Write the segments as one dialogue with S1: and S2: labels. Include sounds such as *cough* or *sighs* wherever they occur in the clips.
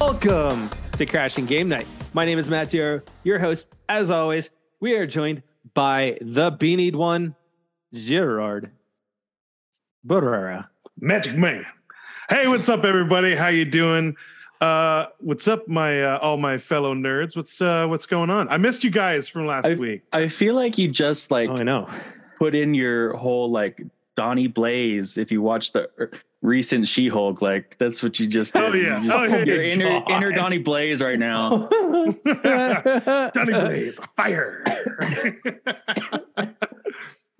S1: Welcome to Crashing Game Night. My name is Matt Dier, your host. As always, we are joined by the beanied one, Gerard Barrera.
S2: Magic Man. Hey, what's up, everybody? How you doing? Uh, what's up, my uh, all my fellow nerds? What's uh, what's going on? I missed you guys from last week.
S3: I feel like you just like
S1: Oh, I know.
S3: put in your whole like Donnie Blaze. If you watch the er, recent She-Hulk, like that's what you just did.
S2: Oh, yeah.
S3: you just,
S2: Oh, yeah,
S3: your inner
S2: God.
S3: inner Donnie Blaze right now.
S2: *laughs*
S3: *laughs*
S2: Donny Blaze, fire!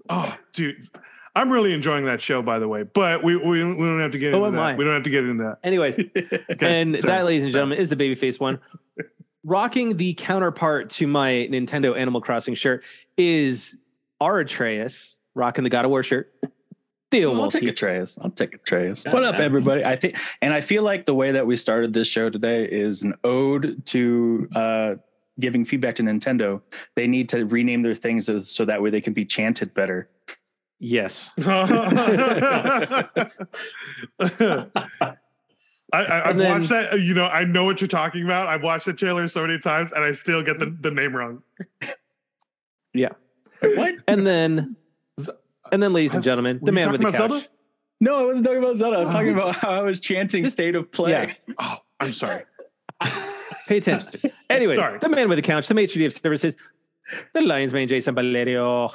S2: oh, dude, I'm really enjoying that show, by the way. But we we, we don't have to get
S1: So
S2: into
S1: am
S2: that.
S1: I.
S2: We don't have to get into that.
S1: *laughs* Anyways,
S2: *laughs* Okay,
S1: and
S2: sorry.
S1: that, ladies and gentlemen, is the babyface one. Rocking the counterpart to my Nintendo Animal Crossing shirt is our Atreus rocking the God of War shirt. Theo
S3: I'll take
S1: Wolfe.
S3: Atreus. I'll take Atreus.
S1: Yeah,
S3: What up,
S1: yeah.
S3: everybody? I think, and I feel like the way that we started this show today is an ode to uh, giving feedback to Nintendo. They need to rename their things so that way they can be chanted better.
S1: Yes.
S2: *laughs* I, I, I've
S1: And then-
S2: watched that. You know, I know what you're talking about. I've watched the trailer so many times, and I still get the, the name wrong.
S3: What?
S1: And then, and then, ladies and gentlemen,
S2: Were
S1: the
S2: you
S1: man with
S2: talking
S1: the
S2: about
S1: couch.
S2: Zelda?
S3: No, I wasn't talking about Zelda. I was talking about how I was chanting "State of Play."
S2: Oh, I'm sorry.
S1: Pay attention. Anyways,
S2: Sorry.
S1: the man with the couch, the matron of services, the lion's mane, Jason Valerio.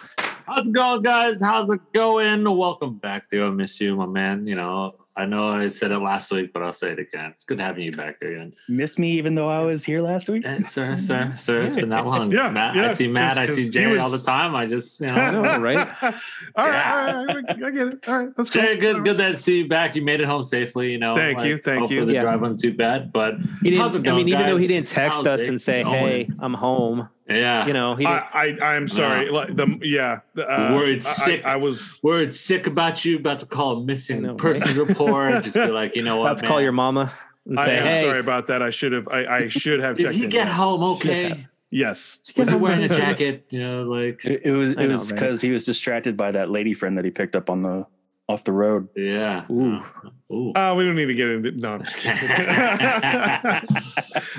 S4: How's it going, guys? How's it going? Welcome back, Theo. I miss you, my man. You know, I know I said it last week, but I'll say it again. It's good having you back
S2: *laughs*
S4: again.
S3: Miss me, even though I was here last week.
S4: Eh, sir, sir, sir, it's been that long.
S2: Yeah,
S4: Matt,
S2: yeah,
S4: I see Matt, I
S2: just 'cause
S4: see
S2: he
S4: Jay all the
S2: was-
S4: time. I just, you
S2: All *laughs*
S4: know.
S1: know, right?
S2: all
S4: Yeah.
S2: right, I get it. All right, that's cool.
S4: Jay, good, good to see you back. You made it home safely. You know,
S2: Thank you, thank
S4: hopefully
S2: you.
S4: the
S1: Yeah.
S4: drive wasn't too bad, but
S1: He didn't,
S4: How's it
S1: I
S4: going,
S1: mean, even though he
S4: guys?
S1: didn't text
S4: How's
S1: us
S4: it
S1: and say,
S4: going?
S1: hey, I'm home,
S4: yeah,
S1: you know, he didn't.
S2: I, I I'm sorry.
S4: No.
S2: Like the yeah, the, uh,
S4: Word sick.
S2: I, I, I was.
S4: we're sick about you. About to call a
S1: I
S4: missing
S1: know, right?
S4: persons report. Just be like, you
S2: *laughs*
S4: know what?
S1: about to call
S4: man?
S1: your mama and
S2: I
S1: say,
S2: am
S1: hey,
S2: sorry about that. I should have. I, I should have.
S4: Did
S2: checked
S4: he
S2: in,
S4: get
S2: yes.
S4: home okay?
S2: Yes.
S4: Was
S2: *laughs*
S4: he wearing a jacket? You know, like
S3: It, it was
S1: I
S3: it
S1: know,
S3: was
S1: right?
S3: because he was distracted by that lady friend that he picked up on the off the road.
S4: yeah. Oh.
S1: Ooh.
S2: *laughs*
S4: Ooh.
S2: Uh, we don't need to get into no. I'm just
S1: *laughs*
S2: kidding.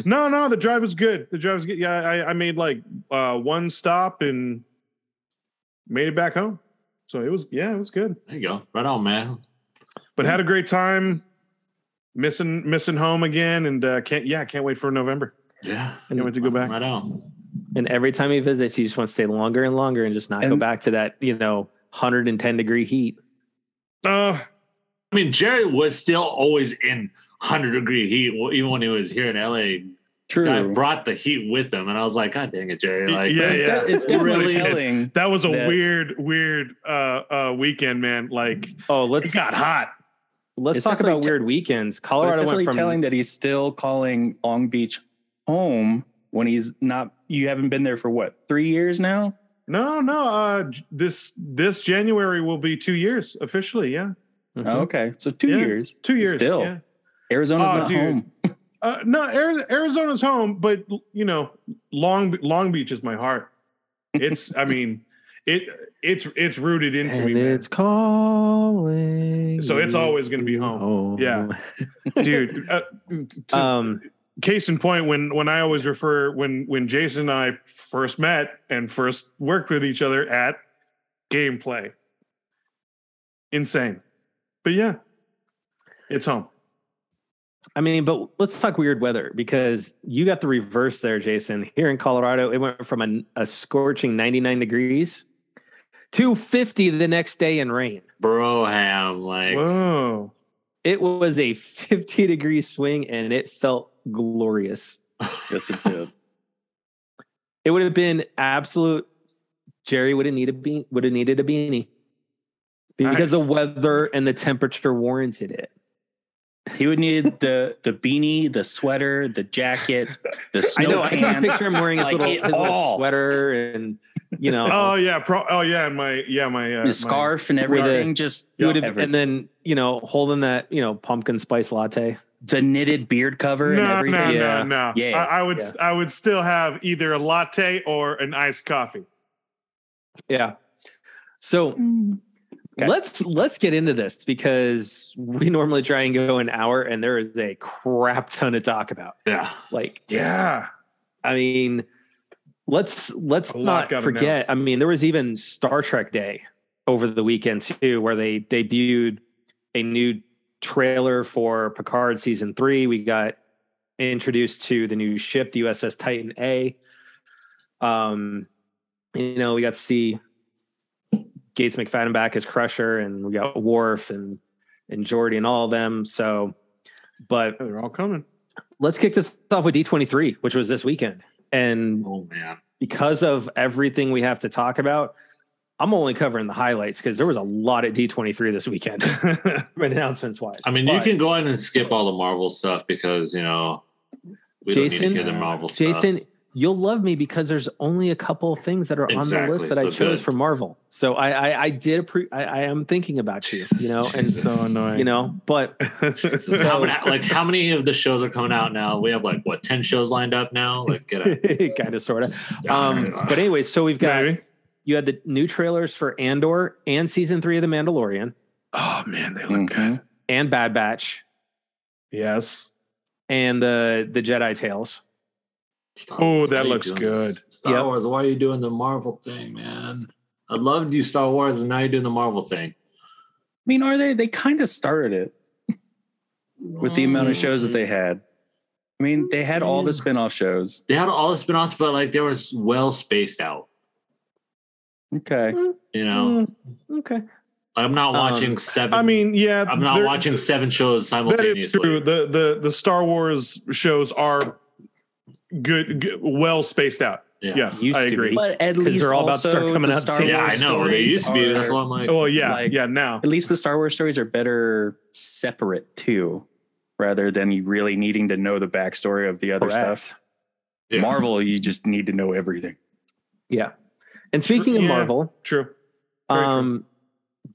S2: *laughs* no, no, the drive was good. The drive was good. Yeah, I, I made like uh, one stop and made it back home. So it was yeah, it was good.
S4: There you go. Right on, man.
S2: But
S3: Mm-hmm.
S2: had a great time. Missing missing home again, and uh, can't yeah, can't wait for November.
S4: Yeah.
S2: Can't wait to go
S3: Mm-hmm.
S2: back.
S4: Right on.
S1: and every time he visits, he just wants to stay longer and longer and just not go
S3: And-
S1: back to that, you know, 110 degree heat.
S2: Uh,
S4: I mean, Jerry was still always in 100 degree heat, well, even when he was here in LA. Guy brought the heat with him. And I was like, God dang it, Jerry. Like,
S2: Yeah,
S3: It's, de-
S2: yeah.
S3: it's definitely
S4: Really?
S3: telling.
S2: that was a
S3: That-
S2: weird, weird uh, uh, weekend, man. Like
S1: Oh,
S2: it
S1: let's
S2: got hot.
S1: let's
S3: It's
S1: talk about
S3: definitely te-
S1: weird weekends.
S3: but It's
S1: Colorado
S3: definitely
S1: went from
S3: telling that he's still calling Long Beach home when he's not. You haven't been there for what three years now.
S2: No, no. Uh, j- this this January will be two years officially. Yeah,
S1: Mhm.
S3: Oh, okay, so two
S2: Yeah.
S3: years.
S2: two years.
S3: Still.
S2: yeah.
S3: Arizona's
S2: Oh,
S3: not
S2: dude.
S3: home.
S2: Uh, no, Ari- Arizona's home, but you know, Long Long Beach is my heart. It's, I mean, it it's it's rooted into
S1: and
S2: me, man.
S1: it's calling.
S2: so it's
S1: you
S2: always going to
S1: *laughs*
S2: be home, Yeah. dude. Uh, to-
S1: Um,
S2: case in point, when when I always refer when when Jason and I first met and first worked with each other at gameplay, insane, but yeah, it's home.
S1: I mean, but let's talk weird weather because you got the reverse there, Jason. Here in Colorado, it went from a, a scorching 99 degrees to 50 the next day in rain.
S4: Broham, like,
S2: Whoa,
S1: It was a 50 degree swing and it felt glorious.
S3: Yes, it did.
S1: It would have been absolute. Jerry would have needed a bean, would have needed a beanie because the
S2: Nice.
S1: weather and the temperature warranted it.
S3: he would need the the beanie, the sweater, the jacket, the
S1: *laughs*
S3: snow
S1: I know. I can
S3: pants.
S1: picture him wearing his
S3: Like
S1: little,
S3: it
S1: his little
S3: all.
S1: sweater and you
S3: *laughs*
S1: know.
S2: oh yeah, pro- oh yeah, and my yeah my uh,
S3: the
S2: my-
S3: scarf and
S1: With a-
S3: everything, just
S1: he would have-
S3: everything.
S1: and then you know holding that you know pumpkin spice latte.
S3: the knitted beard cover and
S2: No,
S3: everything.
S2: no, no,
S1: Yeah.
S2: no.
S3: Yeah,
S2: I, I would, I would still have either a latte or an iced coffee.
S1: Yeah. So
S3: Okay.
S1: Let's let's get into this because we normally try and go an hour, and there is a crap ton to talk about.
S4: Yeah.
S1: Like,
S2: Yeah.
S1: I mean, let's let's
S2: A lot
S1: not
S2: got
S1: forget.
S2: announced.
S1: I mean, there was even Star Trek Day over the weekend too, where they debuted a new trailer for Picard season three. We got introduced to the new ship, the USS Titan A. Um, you know, we got to see Gates McFadden back as Crusher, and we got Worf and and Geordi and all of them. So, but
S2: They're all *laughs* coming.
S1: let's kick this off with D23, which was this weekend. And
S4: Oh man.
S1: because of everything we have to talk about, I'm only covering the highlights because there was a lot at D23 this weekend, *laughs* announcements wise.
S4: I mean, you can go in and skip all the Marvel stuff because you know we don't
S1: Jason-
S4: need to hear the Marvel stuff.
S1: Jason, you'll love me because there's only a couple of things that are on the
S4: Exactly,
S1: list that I
S4: so
S1: chose
S4: good.
S1: for Marvel. So I, I, I did, appre- I, I am thinking about you, you
S4: *laughs*
S1: know, and
S4: Jesus.
S2: So annoying.
S1: you know, but
S4: *laughs* So how
S2: *laughs*
S4: many, like how many of the shows are coming out now? We have like what ten shows lined up now. Like get out.
S1: kind of, sort of. Um, but anyway, so we've got
S2: Maybe.
S1: you had the new trailers for Andor and season three of The Mandalorian
S2: Oh man, they look
S3: Mhm.
S2: good.
S1: and Bad Batch
S2: Yes.
S1: and the the Jedi Tales.
S4: Star
S2: Oh,
S4: Wars,
S2: that
S4: why are you
S2: looks
S4: doing
S2: good.
S4: this? Star
S1: Yep.
S4: Wars, why are you doing the Marvel thing, man? I loved you Star Wars, and now you're doing the Marvel thing.
S3: mean, are they? They kind of started it with the amount of shows that they had. I mean, they had all the spin-off shows.
S4: They had all the spin-offs, but like they were well spaced out.
S3: Okay.
S4: You know,
S1: Okay.
S4: I'm
S1: Um,
S4: not watching seven.
S2: Mm. Uh, I mean, yeah.
S4: I'm not
S2: they're-
S4: watching seven shows
S2: That is
S4: simultaneously.
S2: true. The the the Star Wars shows are good, good well spaced out.
S4: Yeah.
S2: Yes,
S1: Used
S2: I
S1: to be.
S2: agree.
S3: But at
S1: Because
S3: least
S1: they're all about to
S3: also
S1: start coming
S3: the
S1: out
S3: Star
S1: soon.
S4: Yeah, I
S3: Wars
S4: know. They
S3: stories
S4: used to be. That's
S3: are-
S4: why I'm like,
S2: Well, Oh, yeah,
S3: Like-
S2: yeah. Now,
S3: at least the Star Wars stories are better separate too, rather than you really needing to know the backstory of the other
S1: Correct.
S3: stuff.
S4: Yeah.
S3: Marvel, you just need to know everything.
S1: Yeah. And speaking of
S2: Yeah.
S1: Marvel,
S2: true. Very true.
S1: um,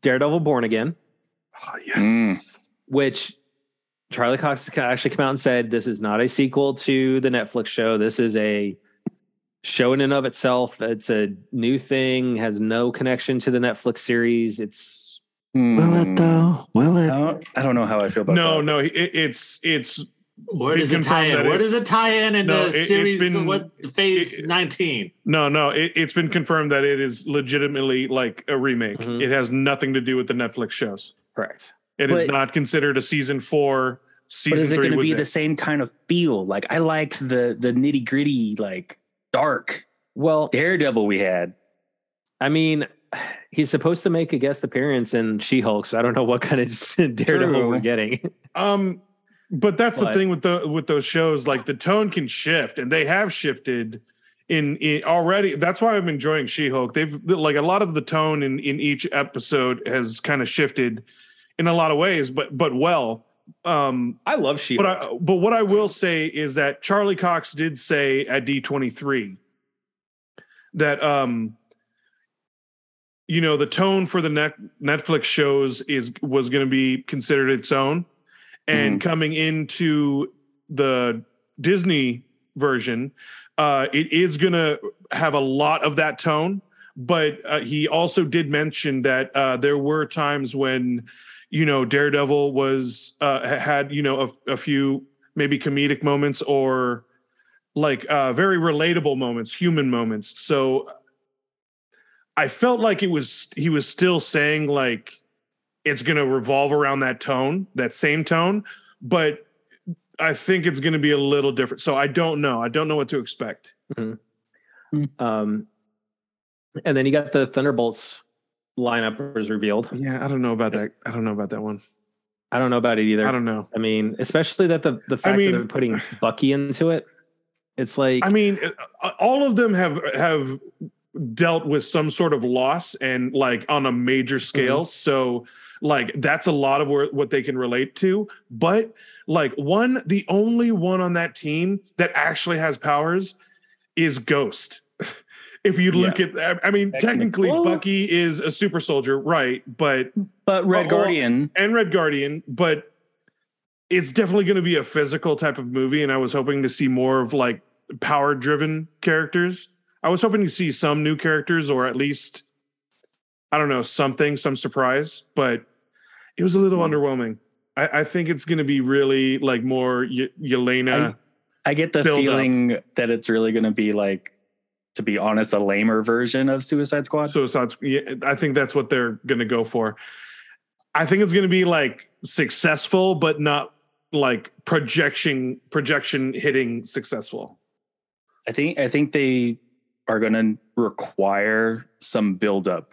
S1: Daredevil Born Again,
S2: Oh,
S3: Mm.
S1: which Charlie Cox actually came out and said this is not a sequel to the Netflix show. This is a show in and of itself. It's a new thing, has no connection to the Netflix series. It's Will
S3: Hmm. I don't, I don't know how I feel about
S2: No,
S3: that.
S2: no. It, it's it's
S4: Where
S2: They
S4: does it tie
S2: confirmed that
S4: in? Where
S2: it's-
S4: does it tie in in
S2: No,
S4: the
S2: it- it's
S4: series?
S2: been-
S4: what phase
S2: it-
S4: nineteen?
S2: no, no. It, it's been confirmed that it is legitimately like a remake.
S3: Mm-hmm.
S1: Mhm.
S2: It has nothing to do with the Netflix shows.
S1: Correct.
S2: It is
S3: But-
S2: not considered a season four. Season
S3: But is it
S2: three
S3: going to
S2: was
S3: be
S2: it.
S3: the same kind of feel? Like I liked the the nitty gritty, like dark
S1: Well,
S3: Daredevil we had.
S1: I mean, he's supposed to make a guest appearance in She Hulk, so I don't know what kind of *laughs* Daredevil
S3: True.
S1: we're getting.
S2: Um, but that's
S1: But-
S2: the thing with the with those shows, like the tone can shift, and they have shifted in, in already. That's why I'm enjoying She-Hulk. They've like a lot of the tone in in each episode has kind of shifted in a lot of ways, but but well. Um,
S1: I love She
S2: but I, but what I will say is that Charlie Cox did say at D23 that um you know the tone for the net Netflix shows is was going to be considered its own and coming into the Disney version uh it is going to have a lot of that tone but uh, he also did mention that uh there were times when you know daredevil was uh ha- had you know a, a few maybe comedic moments or like uh very relatable moments human moments so i felt like it was he was still saying like it's going to revolve around that tone that same tone but i think it's going to be a little different so i don't know i don't know what to expect
S1: Um, and then you got the Thunderbolts lineup was revealed.
S2: yeah i don't know about that i don't know about that one
S1: I don't know about it either.
S2: i
S1: I,
S2: don't know
S1: mean, especially that the the fact
S2: mean-
S1: that they're putting Bucky into it. It's like
S2: I mean, uh, all of them have have dealt with some sort of loss and like on a major scale. So like that's a lot of where, what they can relate to. But like one, the only one on that team that actually has powers is Ghost. *laughs* if you look at, I I mean,
S3: Technically.
S2: technically
S3: Well-
S2: Bucky is a super soldier, right? But
S3: But Red
S2: Oh, well-
S3: Guardian,
S2: and Red Guardian, but it's definitely going to be a physical type of movie. And I was hoping to see more of like power driven characters. I was hoping to see some new characters or at least I don't know, something, some surprise, but it was a little underwhelming. I, I think it's going to be really like more y- Yelena.
S3: I get the
S2: build up.
S3: feeling that it's really going to be like, to be honest, a lamer version of Suicide Squad.
S2: Suicide. Squ- Yeah, I think that's what they're going to go for. I think it's going to be like successful, but not like projection projection hitting successful.
S3: I think I think they are going to require some buildup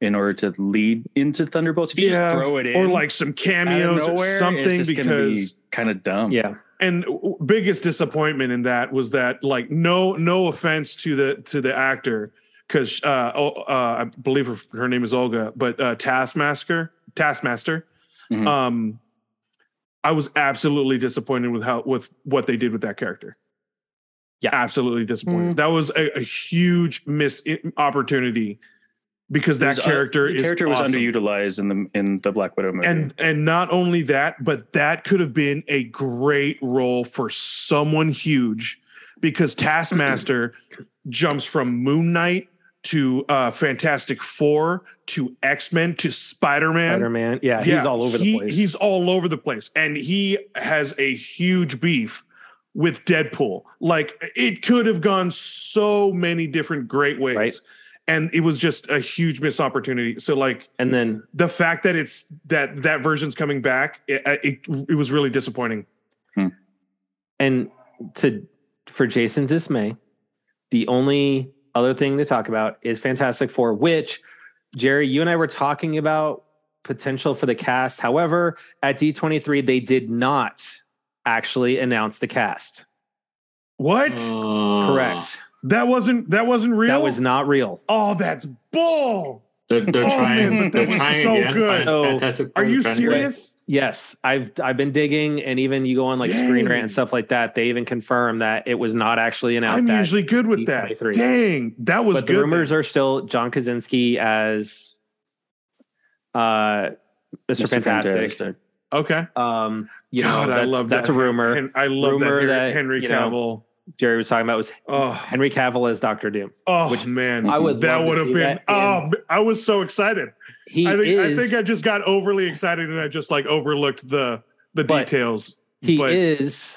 S3: in order to lead into Thunderbolts. If you
S2: Yeah,
S3: just throw it in,
S2: or like some cameos or something because
S3: kind of dumb.
S1: Yeah.
S2: and w- biggest disappointment in that was that like no no offense to the to the actor because uh, oh, uh i believe her, her name is olga but uh taskmaster taskmaster
S3: Mhm.
S2: um i was absolutely disappointed with how with what they did with that character
S1: Yeah.
S2: absolutely
S3: Mm-hmm.
S2: disappointed that was a, a huge missed opportunity because
S3: It
S2: that
S3: was, uh,
S2: character
S3: the
S2: is
S3: character was
S2: awesome.
S3: underutilized in the in the Black Widow movie.
S2: And and not only that, but that could have been a great role for someone huge
S1: *clears throat*
S2: because Taskmaster jumps from Moon Knight to uh Fantastic Four to X-Men to Spider-Man.
S1: Spider Man. Yeah, He's all over
S2: he-
S1: the place.
S2: He's all over the place. And he has a huge beef with Deadpool. Like it could have gone so many different great ways.
S1: Right.
S2: And it was just a huge missed opportunity. So like
S1: and then
S2: the fact that it's that that version's coming back it uh, it, it was really disappointing
S1: and to for Jason's dismay, the only other thing to talk about is Fantastic Four, which Jerry, you and I were talking about potential for the cast. However, at D23, they did not actually announce the cast.
S2: what
S4: Uh,
S1: Correct.
S2: that wasn't that wasn't real
S1: That was not real.
S2: oh that's bull
S4: They're, they're
S2: Oh,
S4: trying.
S2: man, but that
S4: they're
S2: was
S4: trying
S2: so
S4: again.
S2: good.
S4: Fan-
S1: Oh.
S4: Fantastic
S2: are
S4: Four,
S2: you
S4: trying to-
S2: serious
S1: Yes, I've I've been digging, and even you go on like Screen Rant
S2: Dang.
S1: and stuff like that. They even confirm that it was not actually announced.
S2: i'm
S1: at
S2: usually good with that
S1: D23.
S2: dang that was
S1: but
S2: good
S1: the rumors are still John Krasinski as uh, Mr. Fantastic.
S2: okay
S1: Um, you
S2: god
S1: know,
S2: i
S1: that's-
S2: love
S1: that's
S2: that.
S1: a rumor.
S2: and i love
S1: Rumor
S2: that
S1: that,
S2: henry, henry
S1: you
S2: cavill
S1: know, Jerry was talking about was
S2: oh
S1: Henry Cavill as Doctor Doom.
S2: oh
S1: which-
S2: man
S1: I would
S2: that
S1: love to
S2: would have
S1: see
S2: been
S1: that
S2: oh
S1: in-
S2: man, i was so excited
S1: He
S2: i think
S1: is.
S2: i think i just got overly excited and i just like overlooked the the
S1: But
S2: details
S1: he
S2: but-
S1: is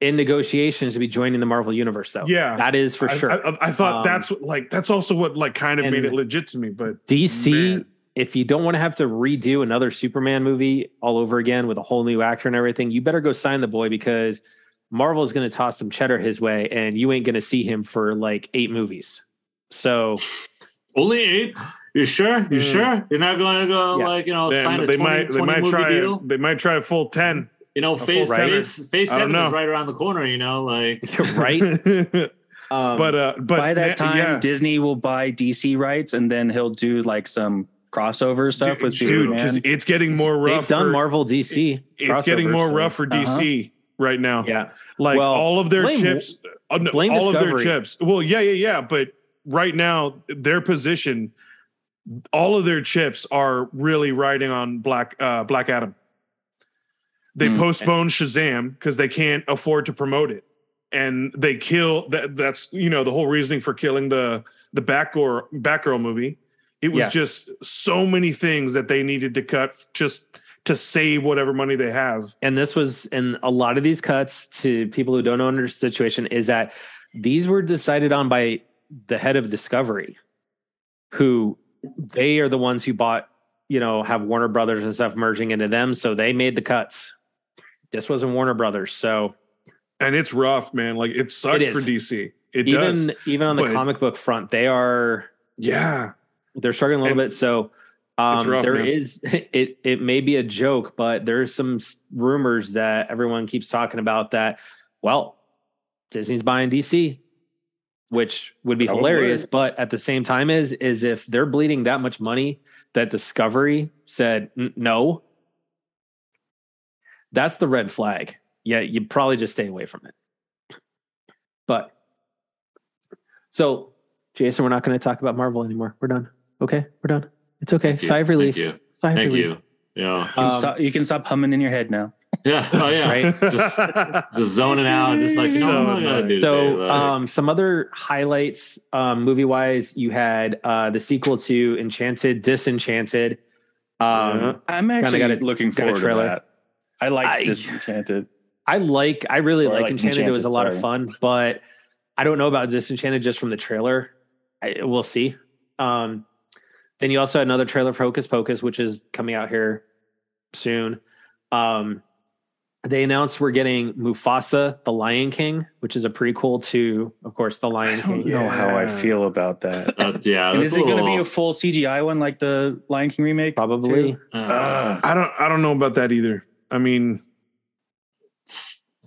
S1: in negotiations to be joining the Marvel Universe, though.
S2: Yeah.
S1: that is for
S2: I,
S1: sure.
S2: I, I thought
S1: Um,
S2: that's what- like that's also what like kind of made
S1: and-
S2: it legit to me, but
S1: DC,
S2: Man.
S1: if you don't want to have to redo another Superman movie all over again with a whole new actor and everything, you better go sign the boy because Marvel is going to toss some cheddar his way, and you ain't going to see him for like eight movies.
S2: *laughs*
S1: So *laughs*
S4: Only eight? You sure?
S3: Hmm.
S4: You
S2: Mm.
S4: sure? You're not going to go
S1: Yeah.
S4: like you know
S2: Damn,
S4: Oh, sign a
S2: they
S4: 20,
S2: might they
S4: 20
S2: might
S4: movie
S2: try
S4: deal?
S2: they might try a full ten.
S4: you know,
S2: full
S4: phase
S1: seven.
S4: phase phase
S2: I don't
S4: seven is
S2: know.
S4: right around the corner. You know, like
S1: right, um,
S2: *laughs* but uh but
S3: By
S2: na-
S3: that time,
S2: yeah.
S3: Disney will buy DC rights, and then he'll do like some crossover stuff with
S2: dude,
S3: Superman.
S2: because it's getting more rough.
S1: they've done
S2: for-
S1: Marvel DC.
S2: it's getting
S1: crossovers,
S2: more
S1: so- uh-huh.
S2: rough for DC right now.
S1: Yeah,
S2: Like
S1: Well,
S2: all of their
S1: blame-
S2: chips uh, no,
S1: blame
S2: all of their
S1: Discovery.
S2: chips. Well, yeah, yeah, yeah. But right now, their position, all of their chips are really riding on Black uh Black Adam. They
S3: Hmm.
S2: postpone Shazam because they can't afford to promote it. And they kill that that's you know the whole reasoning for killing the the Batgirl Batgirl movie. It was
S1: Yeah.
S2: just so many things that they needed to cut just to save whatever money they have.
S1: and this was and a lot of these cuts to people who don't know under situation is that these were decided on by the head of discovery who they are the ones who bought you know have warner brothers and stuff merging into them so they made the cuts this wasn't warner brothers so
S2: and it's rough, man. Like it sucks
S1: It
S2: for
S1: is.
S2: DC. It
S1: even
S2: does.
S1: even on the
S2: but-
S1: comic book front they are
S2: Yeah.
S3: *laughs*
S1: they're struggling a little
S2: And-
S1: bit. So um,
S2: rough,
S1: there
S2: man.
S1: is *laughs* it. It may be a joke, but there's some s- rumors that everyone keeps talking about that. Well, Disney's buying DC, which would be
S3: Probably.
S1: hilarious. But at the same time, is is if they're bleeding that much money that Discovery said "N- no, that's the red flag. Yeah, you probably just stay away from it. But so, Jason, we're not going to talk about Marvel anymore. We're done. Okay, we're done. It's okay.
S4: Thank you.
S1: Sigh of relief.
S4: Thank you.
S1: Sigh of
S4: Thank
S1: relief.
S4: you. Yeah.
S3: you, can
S1: Um,
S3: stop, you can stop humming in your head now.
S4: Yeah.
S3: *laughs*
S4: Oh yeah.
S1: Right.
S2: *laughs*
S4: Just just zoning out. Just like no, I'm not
S2: Zoning out.
S4: gonna do today,
S1: So,
S4: like- uh,
S1: um, some other highlights, um, movie wise, you had uh, the sequel to Enchanted, Disenchanted. Um,
S2: Yeah.
S3: I'm actually
S1: got a-
S3: looking
S1: got a
S3: forward to
S1: trailer.
S3: that. I liked
S1: I-
S3: Disenchanted.
S1: I like, I really
S3: Or
S1: like
S3: like
S1: Enchanted. It was a
S3: Enchanted,
S1: lot of
S3: sorry.
S1: fun, but I don't know about Disenchanted just from the trailer. I, we'll see. Um, then you also had another trailer for Hocus Pocus, which is coming out here soon. Um, they announced we're getting Mufasa, the Lion King, which is a prequel to, of course, the
S3: I *laughs*
S1: Lion
S3: don't
S1: King.
S3: know how I
S2: Yeah.
S3: feel about that.
S4: That's, yeah.
S3: and
S4: that's
S3: is it going to be
S4: little-
S3: a full CGI one like the Lion King remake?
S1: Probably.
S3: too?
S4: uh,
S2: I don't I don't know about that either. I mean,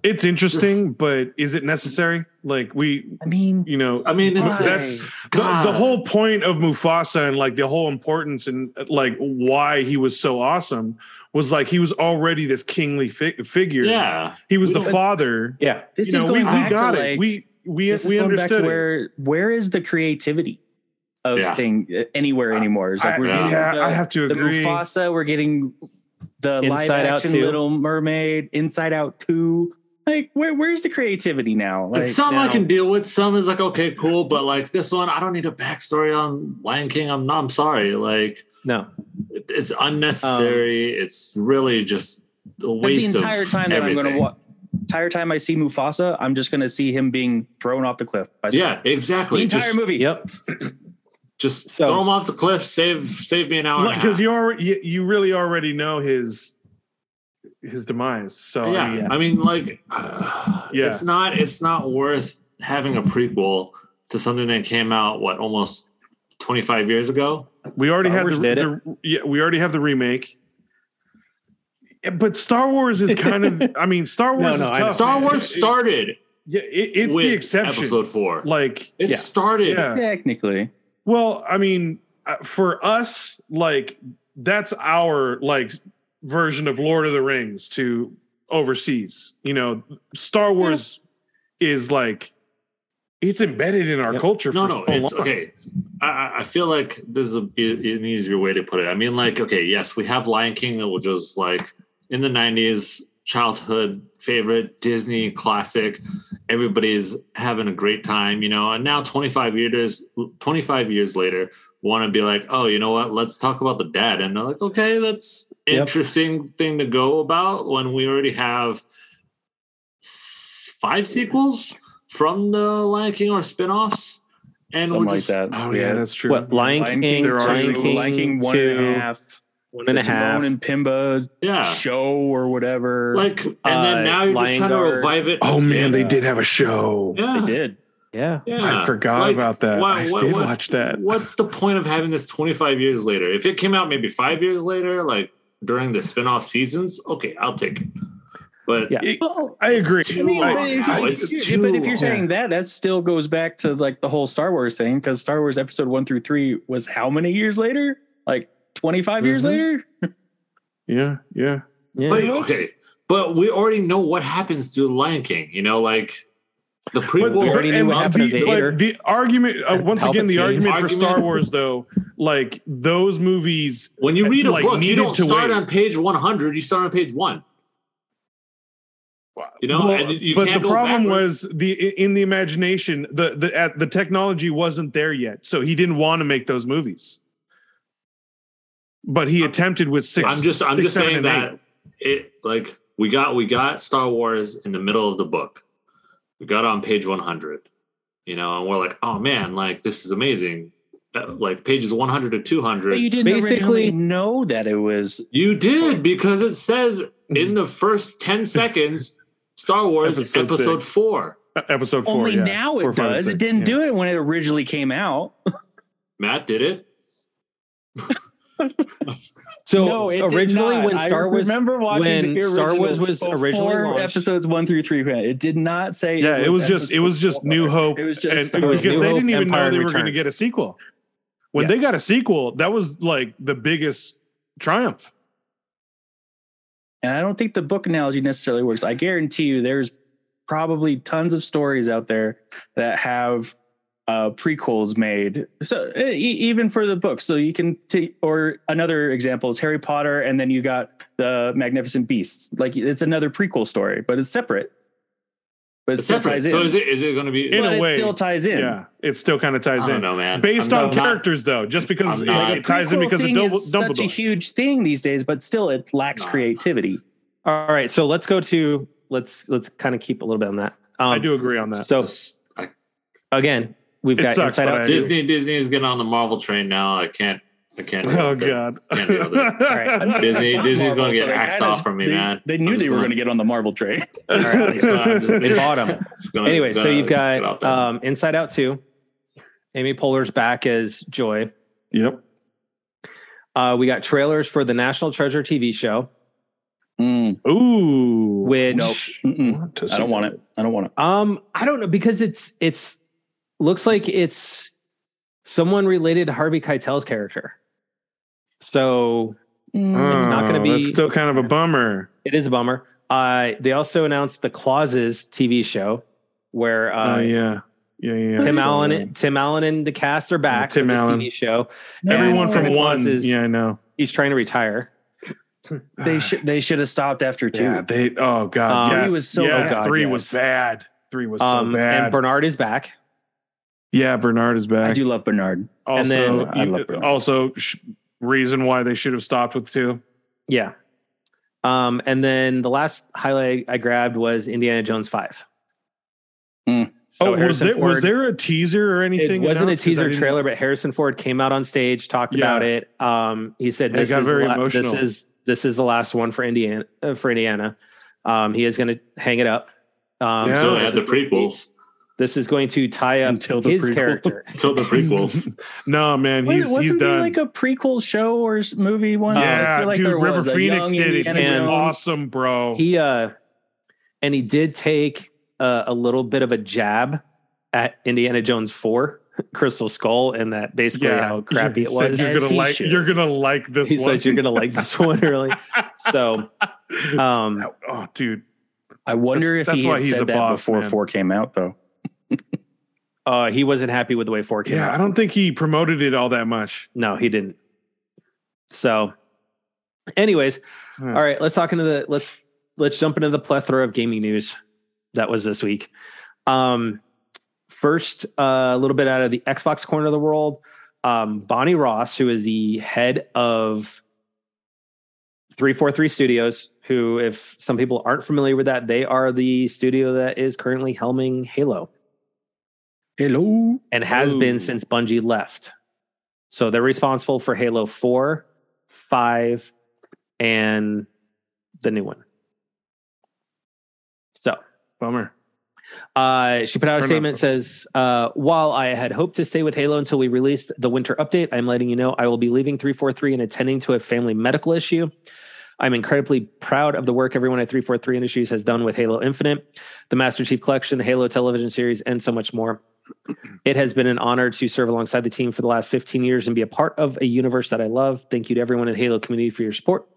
S2: it's interesting, but is it necessary? Like we,
S3: I mean,
S2: you know,
S4: I mean, it's,
S2: That's-
S4: it's-
S2: the, the
S4: God.
S2: whole point of Mufasa and like the whole importance and uh, like why he was so awesome was like he was already this kingly fi- figure.
S4: yeah.
S2: he was
S4: We
S2: the
S4: don't-
S2: father.
S1: Yeah.
S3: this
S2: you
S3: is
S2: know,
S3: going
S2: we,
S3: back
S2: we got
S3: to
S2: it.
S3: like
S2: we we
S3: this is
S2: we
S3: going back to
S2: understood it.
S3: where where is the creativity of
S4: Yeah.
S3: thing anywhere anymore? It's like
S2: I-
S3: we're
S4: yeah.
S3: getting
S2: yeah,
S3: the,
S2: I have to
S3: the
S2: agree.
S3: Mufasa, we're getting the live
S1: Inside Out
S3: action
S1: 2.
S3: Little Mermaid, Inside Out Two. Like where where's the creativity now? Like
S4: Like, some I
S3: now-
S4: can deal with. Some is like okay, cool, but like this one, I don't need a backstory on Lion King. I'm not. I'm sorry. Like
S1: No.
S4: it- it's unnecessary. it's really just a
S3: 'Cause
S4: waste.
S3: Um, the entire time that I'm going to watch, entire time I see Mufasa, I'm just going to see him being thrown off the cliff. By someone.
S4: Yeah, exactly.
S3: the entire
S4: just
S3: movie.
S1: Yep.
S4: just
S1: So-
S4: throw him off the cliff. Save save me an hour.
S2: like
S4: and a half.
S2: because you already you, you really already know his his demise. So
S4: yeah,
S2: I mean,
S4: I mean, like,
S2: Yeah.
S4: it's not it's not worth having a prequel to something that came out what almost twenty five years ago.
S2: we already
S1: Star
S2: had
S1: Wars
S2: the,
S1: did
S2: the yeah we already have the remake. Yeah, But Star Wars is kind of
S1: *laughs*
S2: I mean Star
S1: No,
S2: Wars
S1: no,
S2: is
S1: I
S2: tough.
S4: Star
S2: Oh, man.
S4: Wars
S2: It-
S4: started
S2: Yeah, it, it's
S4: with
S2: the exception.
S4: episode four.
S2: Like
S4: It
S1: Yeah.
S4: started.
S2: yeah.
S3: Technically,
S2: Well, I mean, uh, for us, like that's our like version of Lord of the Rings to overseas. You know, Star Wars is like it's embedded in our
S1: Yep.
S2: culture.
S4: No,
S2: for
S4: no,
S2: so
S4: it's
S2: long.
S4: okay. I- I, I feel like this is a, e- an easier way to put it. I mean, like, okay, yes, we have Lion King that was just like in the 90s, childhood favorite, Disney classic. Everybody's having a great time, you know. And now 25 years 25 years later, want to be like, oh, you know what? Let's talk about the dead. And they're like, okay, that's
S1: Yep.
S4: interesting thing to go about when we already have s- five sequels from the Lion King or spin-offs. And
S3: Something
S4: we're
S3: like
S4: just,
S3: that.
S2: Oh yeah, that's true.
S1: What Lion,
S3: Lion
S1: King,
S3: King,
S2: there are
S1: Lion
S2: sequels.
S1: King,
S3: Lion King one
S1: two,
S3: and a half,
S1: one and a
S3: the
S1: half.
S3: Timon and Pumbaa
S4: Yeah.
S3: show or whatever.
S4: Like, and then
S1: Uh,
S4: now you're just
S1: Lion
S4: trying to
S1: Guard.
S4: revive it.
S2: oh man, they
S3: Yeah.
S2: did have a show.
S4: yeah.
S3: they did.
S1: yeah.
S4: yeah.
S2: I forgot
S4: Like,
S2: about that.
S4: why-
S2: I
S4: what-
S2: did
S4: what-
S2: watch that.
S4: What's the point of having this 25 years later? If it came out maybe five years later, like during the spin-off seasons, okay, I'll take it. But
S1: Yeah.
S2: It- I agree.
S4: too long
S2: I-
S3: but, if,
S4: now.
S2: I-
S4: It's
S3: you- but if
S4: too
S3: you're saying that, that still goes back to like the whole Star Wars thing because Star Wars Episode One through Three was how many years later? Like 25 years
S1: Mhm.
S3: later.
S2: yeah, yeah.
S1: Yeah.
S4: but,
S2: Mm-hmm.
S4: okay, but we already know what happens to the Lion King. You know, like the prequel.
S1: we already knew
S2: and
S1: what
S2: the-
S1: happened to
S2: like,
S1: Vader.
S2: the argument, uh,
S1: And
S2: once again, the
S1: Palpatine.
S2: argument, for
S4: Argument.
S2: Star Wars, though, like those movies,
S4: when you read a
S2: like,
S4: book, you
S2: needed
S4: don't
S2: to
S4: start
S2: wait.
S4: on page 100. You start on page one. You know,
S2: Well,
S4: and you
S2: but
S4: can't
S2: the
S4: go
S2: problem
S4: backwards.
S2: was the in the imagination, the the at, the technology wasn't there yet, so he didn't want to make those movies. But he attempted with six.
S4: I'm just I'm
S2: six,
S4: just
S2: seven,
S4: saying
S2: and
S4: that it like we got we got Star Wars in the middle of the book. We got on page 100, you know, and we're like, oh man, like this is amazing. Uh, Like pages 100 to 200.
S3: But you
S4: You,
S3: didn't
S1: Basically-
S3: originally know that it was
S4: did because it says
S2: *laughs*
S4: in the first 10 seconds, Star Wars
S2: Episode
S4: episode,
S2: six.
S4: four.
S2: Uh, episode four.
S3: only
S2: yeah.
S3: now it
S2: Four, five, and
S3: does.
S2: six,
S3: it didn't
S2: yeah.
S3: do it when it originally came out.
S4: Matt did it.
S1: So
S3: no, it
S1: originally
S3: did not.
S1: when Star
S3: I
S1: Wars
S3: remember
S1: when
S3: watching the
S1: Star
S3: original
S1: Wars was originally
S3: before
S1: launched-
S3: episodes one through three. ran. It did not say.
S2: Yeah, it was just it was
S3: episode
S2: just
S3: four.
S2: New Hope.
S3: It was just Star
S2: and,
S1: Wars.
S2: because they
S1: New Hope,
S2: didn't even
S1: Empire,
S2: know
S1: and
S2: they were going to
S1: Return.
S2: get a sequel. When they
S1: Yes.
S2: got a sequel, that was like the biggest triumph.
S3: And I don't think the book analogy necessarily works. I guarantee you, there's probably tons of stories out there that have uh, prequels made. So e- even for the book, so you can take or another example is Harry Potter, and then you got the Magnificent Beasts. Like it's another prequel story, but it's separate. But it
S4: It's
S3: still
S4: separate.
S3: ties in.
S4: So is it is it going to be?
S2: In
S3: but
S2: a
S3: it
S2: way,
S3: still ties in.
S2: Yeah, it still kind of
S4: I
S2: ties
S4: don't
S2: in.
S4: know, man.
S2: Based
S4: I'm
S2: on
S4: not-
S2: characters, though, just because
S4: I'm
S2: it,
S4: not-
S2: it ties in
S3: Prequel
S2: because of
S3: thing
S2: Dumb-
S3: is such a
S2: Dumbledore.
S3: huge thing these days, but still it lacks
S4: Nah.
S3: creativity.
S1: All right, so let's go to let's let's kind of keep a little bit on that. Um,
S2: I do agree on that.
S1: So
S4: I-
S1: again, we've
S2: It
S1: got
S2: sucks,
S1: Inside
S2: but
S1: Out.
S2: I-
S1: two.
S4: Disney Disney is getting on the Marvel train now. I can't. I
S2: *laughs*
S4: can't.
S2: Oh god.
S4: Can't deal with it. Disney
S3: *laughs*
S4: Disney's going to get axed off from me,
S3: they,
S4: man.
S3: They knew
S4: I'm
S3: they
S4: just
S3: were
S4: gonna-
S3: going to get on the Marvel train.
S1: All right,
S4: So
S2: *laughs*
S4: I'm just-
S1: they bought 'em.
S4: It's gonna-
S1: Anyway, so
S4: uh,
S1: you've
S4: get out
S1: got
S4: there.
S1: um, Inside Out two. Amy Poehler's back as Joy.
S2: Yep.
S1: Uh, we got trailers for the National Treasure TV show,
S3: Mm,
S2: Ooh.
S1: which
S3: nope. Mm-mm. I don't want it. I don't want it.
S1: um I don't know because it's it's looks like it's someone related to Harvey Keitel's character. So
S3: Mm.
S1: not gonna be-
S2: Oh, That's still kind of a bummer.
S1: It is a bummer. Uh, they also announced the Clauses TV show where
S2: Oh
S1: uh,
S2: yeah. Yeah, yeah.
S1: Tim
S3: Nice.
S1: Allen, Tim Allen, and the cast are back.
S2: Tim
S1: for this
S2: Allen.
S1: TV show.
S2: Everyone
S1: And
S2: from
S1: Santa Claus
S2: one.
S1: is-
S2: yeah, I know.
S1: He's trying to retire.
S3: They should. They should have stopped after two.
S2: Yeah, they oh god.
S1: Um,
S2: yes,
S3: Three was so-
S2: yes,
S1: oh, God,
S2: three
S3: yes.
S2: was bad. Three was
S1: Um,
S2: so bad.
S1: and Bernard is back.
S2: yeah, Bernard is
S3: I
S2: back.
S3: do love Bernard.
S2: also,
S1: and then-
S2: you-
S3: I love Bernard.
S2: also sh- reason why they should have stopped with two.
S1: Yeah. Um, and then the last highlight I grabbed was Indiana Jones Five.
S3: Mm.
S1: So
S2: oh, was
S1: Harrison
S2: there was
S1: Ford-
S2: there a teaser or
S1: It
S2: anything?
S1: wasn't a
S2: announced? 'Cause I
S1: teaser
S2: didn't-
S1: trailer, but Harrison Ford came out on stage, talked
S2: Yeah.
S1: about it. Um, he said,
S2: And it
S1: "This
S2: got
S1: is
S2: very
S1: the la- this
S2: emotional.
S1: is this is the last one for Indiana uh, for Indiana. Um, he is going to hang it up. Um,
S2: Yeah.
S4: so
S1: this
S4: they had the
S1: is going to be-
S4: prequels.
S1: This is going to tie up
S3: Until the
S1: his
S3: prequels.
S1: character.
S4: Until the prequels.
S2: No, man,
S3: Wait,
S2: he's
S3: wasn't
S2: he's
S3: there
S2: done.
S3: like a prequel show or s- movie once? I
S2: yeah,
S3: feel like
S2: dude,
S3: there
S2: River
S3: was a
S2: Phoenix
S3: young
S2: did it.
S3: Indiana
S2: It's
S1: Jones.
S2: awesome, bro.
S1: He uh, and he did take uh, a little bit of a jab at Indiana Jones Four, *laughs* Crystal Skull, and that basically how crappy it
S2: *laughs* He said,
S1: was.
S2: You're
S3: As
S2: gonna
S3: he
S2: like.
S3: should.
S2: You're gonna like this
S1: He
S2: one.
S1: says you're going to like this one, really.
S2: *laughs*
S1: So, um,
S2: oh, dude.
S3: I wonder if
S2: That's- that's
S3: he
S2: why
S3: had
S2: he's a
S3: said that
S2: boss,
S3: before
S2: man.
S3: four came out, though. *laughs*
S1: uh, he wasn't happy with the way Four came out.
S2: Yeah, I don't think he promoted it all that much.
S1: No, he didn't. So, anyways,
S2: Huh.
S1: all right, let's talk into the let's let's jump into the plethora of gaming news that was this week. Um, first, uh, a little bit out of the Xbox corner of the world. Um, Bonnie Ross, who is the head of 343 Studios, who, if some people aren't familiar with that, they are the studio that is currently helming Halo
S3: Hello.
S1: and has
S2: Ooh.
S1: been since Bungie left. So they're responsible for Halo 4, 5, and the new one. So
S2: Bummer.
S1: uh, she put out
S2: Fair
S1: a statement
S2: enough.
S1: says, uh, While I had hoped to stay with Halo until we released the winter update, I'm letting you know I will be leaving 343 and attending to a family medical issue. I'm incredibly proud of the work everyone at 343 Industries has done with Halo Infinite, the Master Chief Collection, the Halo television series, and so much more. It has been an honor to serve alongside the team for the last 15 years and be a part of a universe that I love. Thank you to everyone in Halo community for your support.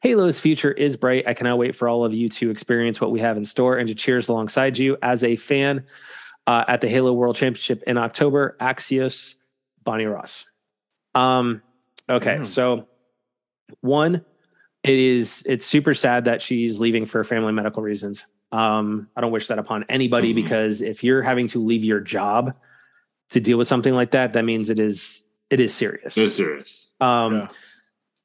S1: Halo's future is bright. I cannot wait for all of you to experience what we have in store and to cheers alongside you as a fan uh, at the Halo World Championship in October. Axios, Bonnie Ross. Um, okay,
S2: Mm.
S1: so one, it is it's super sad that she's leaving for family medical reasons. Um, I don't wish that upon anybody
S4: Mhm.
S1: because if you're having to leave your job to deal with something like that, that means it is it is serious.
S4: They're serious.
S1: Um,
S2: Yeah.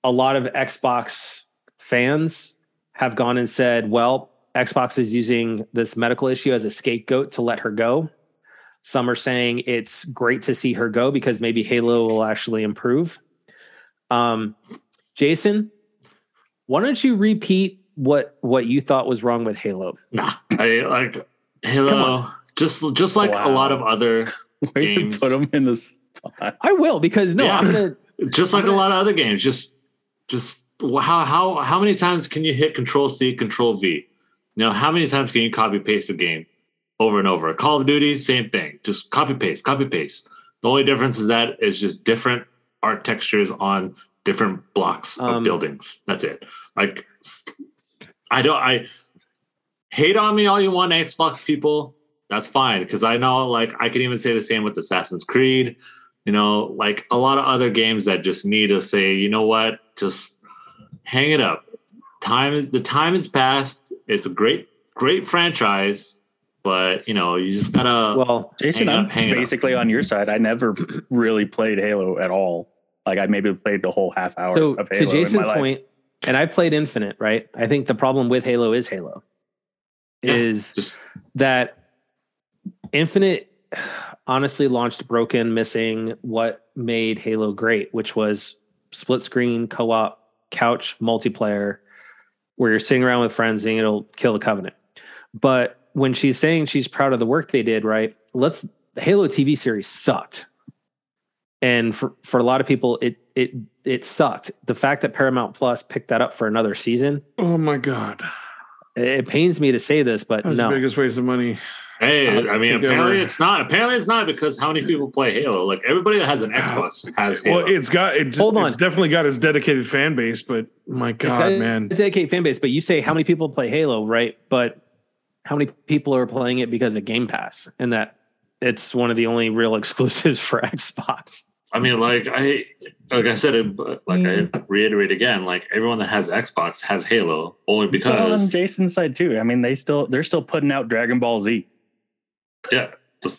S1: A lot of Xbox fans have gone and said, well, Xbox is using this medical issue as a scapegoat to let her go. Some are saying it's great to see her go because maybe Halo will actually improve. Um, Jason, why don't you repeat what what you thought was wrong with Halo?
S4: Nah, I like Halo. Just just like a
S3: Wow.
S4: lot of other,
S3: Way to
S4: Games.
S3: put him in this. spot.
S1: I will because no,
S4: Yeah.
S1: I'm *laughs* gonna
S4: just like a lot of other games. Just just how how how many times can you hit Control C, Control V? You know, how many times can you copy paste a game over and over? Call of Duty, same thing. Just copy paste, copy paste. The only difference is that it's just different art textures on different blocks of
S1: Um,
S4: buildings. That's it. Like I don't I hate on me all you want, Xbox people. That's fine because I know like I can even say the same with Assassin's Creed. You know, like a lot of other games that just need to say, you know what, just hang it up. Time is the time is past. It's a great great franchise, but you know you just gotta.
S1: Well,
S3: Jason,
S4: Hang
S3: I'm
S4: up, hang up.
S3: basically on your side. I never really played Halo at all. Like I maybe played the whole half hour
S1: so
S3: of
S1: to
S3: Halo in my
S1: Jason's
S3: life.
S1: point, and I played Infinite, right? I think the problem with Halo is Halo,
S4: Yeah.
S1: is
S4: just
S1: that Infinite honestly launched broken, missing what made Halo great, which was split screen, co op, couch, multiplayer, where you're sitting around with friends and it'll kill the Covenant. But when she's saying she's proud of the work they did, right? Let's the Halo TV series sucked. And for, for a lot of people, it it it sucked. The fact that Paramount Plus picked that up for another season,
S2: Oh my god,
S1: it, it pains me to say this, but
S2: that was
S1: no.
S2: the biggest waste of money.
S4: hey,
S2: I don't
S4: I mean,
S2: think
S4: apparently
S2: ever-
S4: it's not. Apparently it's not because how many people play Halo? Like everybody that has an Xbox has Halo.
S2: Well, it's got it.
S1: Hold on.
S2: it's definitely got its dedicated fan base, but my
S1: It's
S2: god,
S1: got
S2: man,
S1: a dedicated fan base. But you say how many people play Halo, right? But how many people are playing it because of Game Pass, and that it's one of the only real *laughs* exclusives for Xbox.
S4: I mean, like I, like I said, it, but, like I reiterate again, like everyone that has Xbox has Halo only
S3: It's not on
S4: because
S3: Jason's side too. I mean, they still they're still putting out Dragon Ball Z.
S4: yeah.
S3: *laughs*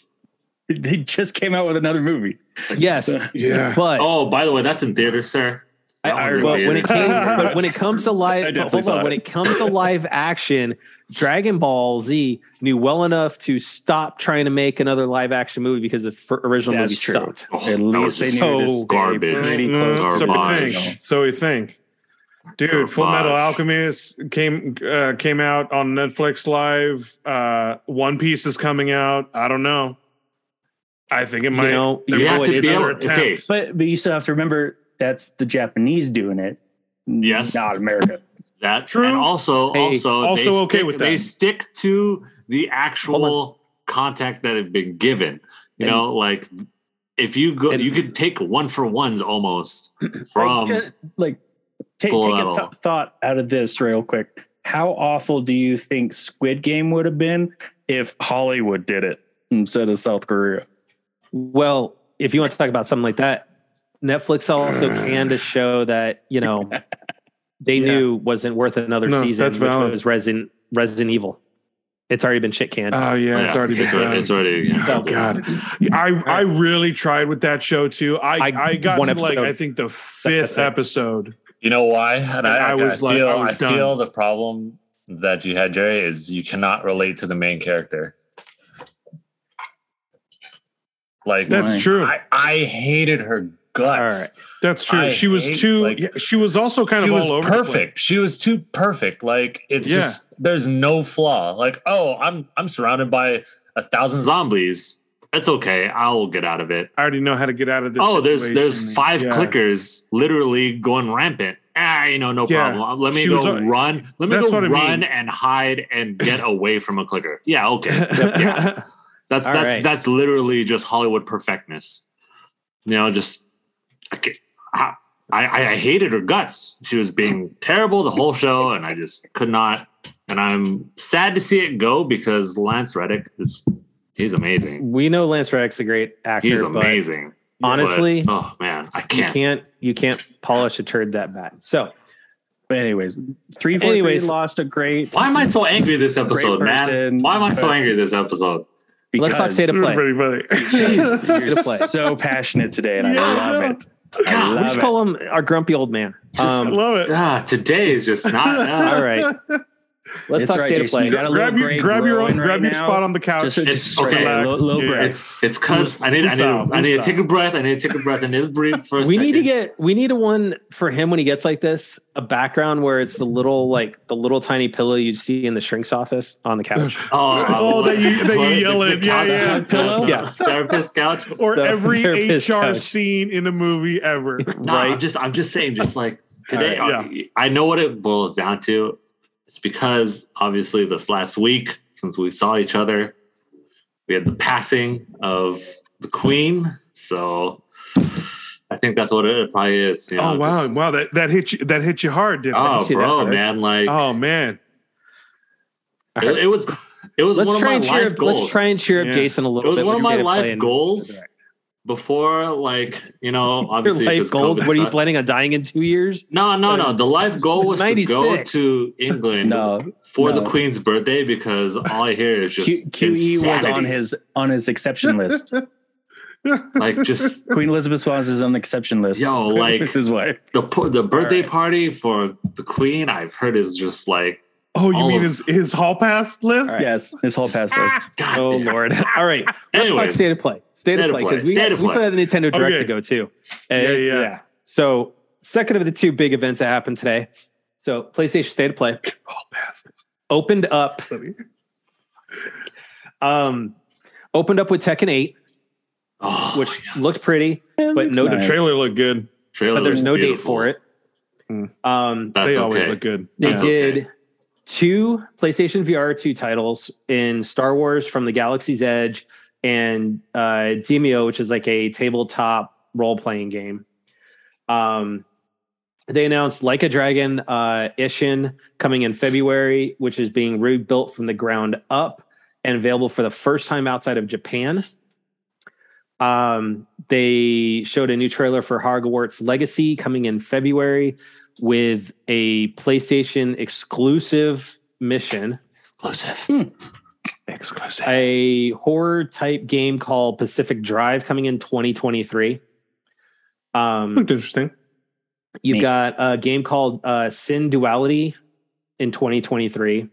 S3: They just came out with another movie. *laughs*
S1: Yes,
S3: So,
S2: yeah.
S1: but
S4: Oh, by the way, that's in theater, sir.
S3: I-
S4: That
S3: I-
S4: one's in
S1: But when it
S4: theaters.
S1: came, but when it
S3: *laughs*
S1: comes to
S3: I
S1: live, but
S3: definitely
S1: hold on,
S3: saw
S1: when
S3: it.
S1: it comes to
S3: *laughs*
S1: live action, Dragon Ball Z knew well enough to stop trying to make another live action movie because the fir- original
S3: That's
S1: movie
S3: true.
S1: sucked.
S4: Oh,
S3: At
S4: that
S3: least
S4: was
S3: they
S4: just-
S3: knew to
S2: so
S3: stay
S4: garbage.
S3: pretty
S2: Mm,
S3: close.
S2: so
S3: to the
S2: we
S4: Garbage.
S3: original.
S2: think. So we think. Dude, Full Metal
S4: Garbage.
S2: Alchemist came uh, came out on Netflix Live. Uh, One Piece is coming out. I don't know. I think it
S1: You
S2: might.
S1: know,
S2: there
S1: you
S4: You
S2: might
S1: know
S4: have
S1: it
S4: to
S2: be
S1: is.
S4: be
S2: another
S4: able.
S2: attempt.
S4: Okay,
S3: But but you still have to remember that's the Japanese doing it.
S4: Yes.
S3: not America.
S4: that
S2: True.
S4: And also,
S1: Hey,
S4: also, they
S2: also okay
S4: stick-
S2: with
S4: They
S2: that.
S4: stick to the actual contact that have been given. You
S3: And-
S4: know, like if you go,
S1: and-
S4: you could take one for ones almost
S2: *clears throat*
S4: from.
S3: like, ju- like take,
S4: Full
S3: take a
S4: Metal.
S3: th- thought out of this real quick. How awful do you think Squid Game would have been if Hollywood did it instead of South Korea?
S1: Well, if you want to talk about something like that, Netflix also
S2: *clears throat*
S1: canned a show that you know they
S2: Yeah.
S1: knew wasn't worth another
S2: No,
S1: season,
S2: that's
S1: which
S2: valid.
S1: was Resident Resident Evil. It's already been shit canned.
S2: Oh yeah, it's already been
S4: it's already,
S2: done.
S4: it's already- yeah.
S1: So-
S2: Oh God, I I really tried with that show too. I
S1: I-
S2: I, got
S1: one
S2: to like
S1: episode.
S2: I think the fifth
S1: it.
S2: episode.
S5: You know why? And I, I was like, feel, I,
S2: was done.
S5: feel the problem that you had, Jerry, is you cannot relate to the main character. Like
S2: That's
S3: Why?
S2: true.
S5: I, I hated her guts.
S1: All right.
S2: That's true.
S5: I
S2: she was
S5: hate,
S2: too.
S5: like-
S2: yeah, she was also kind
S5: she
S2: of
S5: was
S2: all over. the place.
S5: perfect. She was too perfect. Like it's
S2: Yeah.
S5: just there's no flaw. Like oh, I'm I'm surrounded by a thousand zombies.
S4: Zombies. It's okay. I'll get out of it.
S2: I already know how to get out of this.
S4: oh, there's
S2: situation.
S4: there's five
S2: Yeah. *laughs*
S4: clickers literally going rampant. Ah, you know, no
S2: Yeah.
S4: problem. Let me
S2: She
S4: go
S2: was a-
S4: run. Let me
S2: That's
S4: go
S2: what I
S4: run
S2: mean.
S4: and hide and get away from a clicker. Yeah,
S2: *laughs*
S4: okay. Yeah. That's
S1: All
S4: that's
S1: right.
S4: that's literally just Hollywood perfectness. You know, just okay. I, I I hated her guts. She was being terrible the whole show, and I just could not. And I'm sad to see it go because Lance Reddick is he's amazing.
S1: We know Lance Reddick's a great actor.
S4: He's
S1: but
S4: amazing.
S1: Honestly,
S4: But, oh man, I
S1: you
S4: can't.
S1: can't you can't polish a turd that bad. So
S3: But anyways, three four three
S1: Anyways.
S3: lost a great.
S4: Why am I so angry this episode,
S3: Great
S4: man?
S3: person,
S4: Why am I so
S3: but-
S4: angry this episode?
S1: let's talk state of
S2: This is
S1: play.
S2: pretty funny. *laughs*
S3: Jeez, *laughs* you're
S1: State of play.
S3: so passionate today, and
S2: Yeah,
S3: I love
S2: yeah.
S3: it. I
S4: God,
S1: We
S3: love
S1: just
S3: it.
S1: call him our grumpy old man.
S2: I
S1: Um,
S2: love it.
S4: ah, today is just
S2: *laughs*
S4: not.
S1: all
S4: ah,
S1: right, let's
S3: It's
S1: talk
S3: right,
S1: state
S3: Jason,
S1: of
S3: you
S1: play.
S3: got a little
S2: grab your
S3: break
S2: grab your own
S3: rolling
S2: grab
S3: right
S2: your
S3: now.
S2: spot on the couch.
S3: Just,
S4: It's-
S3: just right,
S4: okay.
S3: low, low
S2: Yeah.
S3: breath.
S4: It's it's cause I need I need
S2: Usa,
S4: I need to
S2: Usa.
S4: take a breath. I need to take a breath. I need to breathe first.
S1: we need to get we need a one for him when he gets like this a background where it's the little like the little tiny pillow you see in the shrink's office on the couch
S4: oh, I
S2: Oh,
S4: would-
S2: that you- that you yell
S4: the
S2: at. Yeah,
S4: couch-
S2: yeah.
S4: the pillow,
S1: Yeah.
S4: *laughs*
S2: *laughs*
S4: therapist couch.
S2: or
S1: So
S2: every
S1: they're
S2: HR
S1: pissed out.
S2: scene in a movie ever. Oh,
S4: No, I'm
S1: right
S4: just I'm just saying,
S2: *laughs*
S4: just like today,
S2: All right,
S4: uh, I know what it boils down to. It's because obviously this last week, since we saw each other, we had the passing of the Queen. So I think that's what it probably is. you
S2: oh
S4: know,
S2: wow,
S4: just-
S2: wow that that hit you that hit you hard, didn't
S4: Oh,
S1: see that,
S4: bro,
S1: right?
S4: man! Like
S2: it? Oh man,
S4: it, it was. It was
S1: let's
S4: one of
S1: try
S4: my
S1: and cheer
S4: life
S1: up,
S4: goals.
S1: let's try and cheer up
S2: Yeah.
S1: Jason a
S4: it
S1: little
S4: was
S1: bit.
S4: one of
S1: when
S4: my
S1: he's ready to play
S4: life
S1: in-
S4: goals before, like you know,
S1: *laughs* Your
S4: obviously. if
S1: life
S4: it's
S1: goal.
S4: COVID
S1: What are you
S4: stuff-
S1: planning on dying in two years?
S4: No, no, no. The life goal was to go
S1: 96.
S4: to England
S3: No,
S4: for the
S3: no.
S4: Queen's birthday because all I hear is just
S1: E
S3: Q, QE was
S4: insanity.
S3: on his on his
S2: *laughs*
S3: exception list.
S4: like just
S1: *laughs*
S3: Queen Elizabeth was is on the exception list.
S4: Yo, like-
S3: this is why.
S4: the po- the birthday party for the Queen. I've heard is just like
S2: Oh, you
S4: All
S2: mean
S4: of-
S2: his his hall pass list?
S3: Yes, his whole pass list.
S4: God
S1: Oh
S4: damn.
S1: Lord! *laughs* All right, let's talk
S4: Anyways,
S1: state of play. State, of play because we,
S4: State
S1: we
S4: of
S1: still
S4: play.
S1: have the Nintendo Direct
S2: Okay.
S1: to go to.
S2: Yeah,
S1: And-
S2: yeah.
S1: So second of the two big events that happened today. So PlayStation State of Play
S2: Hall pass.
S1: opened up.
S2: Funny.
S1: Um, opened up with Tekken Eight,
S4: Oh,
S1: which
S4: yes.
S1: looked pretty, but no,
S2: The
S3: Nice.
S2: trailer looked good.
S4: Trailer
S1: but there's
S4: was
S1: no date
S4: beautiful.
S1: for it.
S2: Mm.
S1: Um,
S4: That's
S2: they
S4: okay.
S2: always look good.
S1: They
S4: That's
S1: did
S4: okay.
S1: two PlayStation VR two titles in Star Wars from the Galaxy's Edge and uh, Demio, which is like a tabletop role playing game. Um, they announced Like a Dragon uh, Ishin coming in February, which is being rebuilt from the ground up and available for the first time outside of Japan. Um, they showed a new trailer for Hogwarts Legacy coming in February with a PlayStation exclusive mission,
S4: Exclusive.
S3: Hmm.
S4: Exclusive.
S1: a horror type game called Pacific Drive coming in 2023. Um,
S2: Looked interesting.
S1: you've
S3: Me.
S1: got a game called uh, Sin Duality in 2023.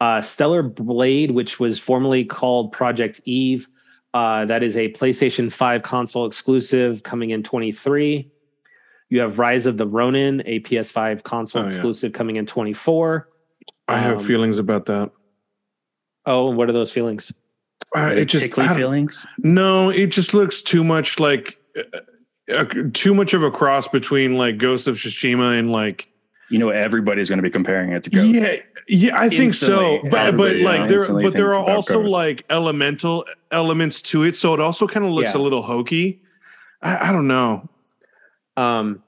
S1: Uh, Stellar Blade, which was formerly called Project Eve, uh, that is a PlayStation 5 console exclusive coming in 23. You have Rise of the Ronin, a PS5 console
S2: Oh, yeah.
S1: exclusive coming in 24.
S2: I have
S1: Um,
S2: feelings about that.
S1: Oh, and what are those feelings?
S2: Uh, it just
S3: tickly
S2: I don't-
S3: feelings.
S2: no, it just looks too much like uh, uh, too much of a cross between like Ghost of Tsushima and like
S3: You know, everybody's going to be comparing it to Ghost.
S2: Yeah, yeah, I think so. But
S3: Instantly,
S2: but
S4: everybody,
S2: like
S4: yeah,
S2: there
S3: instantly
S2: but there
S3: thinks
S2: are
S3: about
S2: also
S3: Ghost.
S2: like elemental elements to it, so it also kind of looks
S1: Yeah.
S2: a little hokey. I, I don't know.
S1: Um,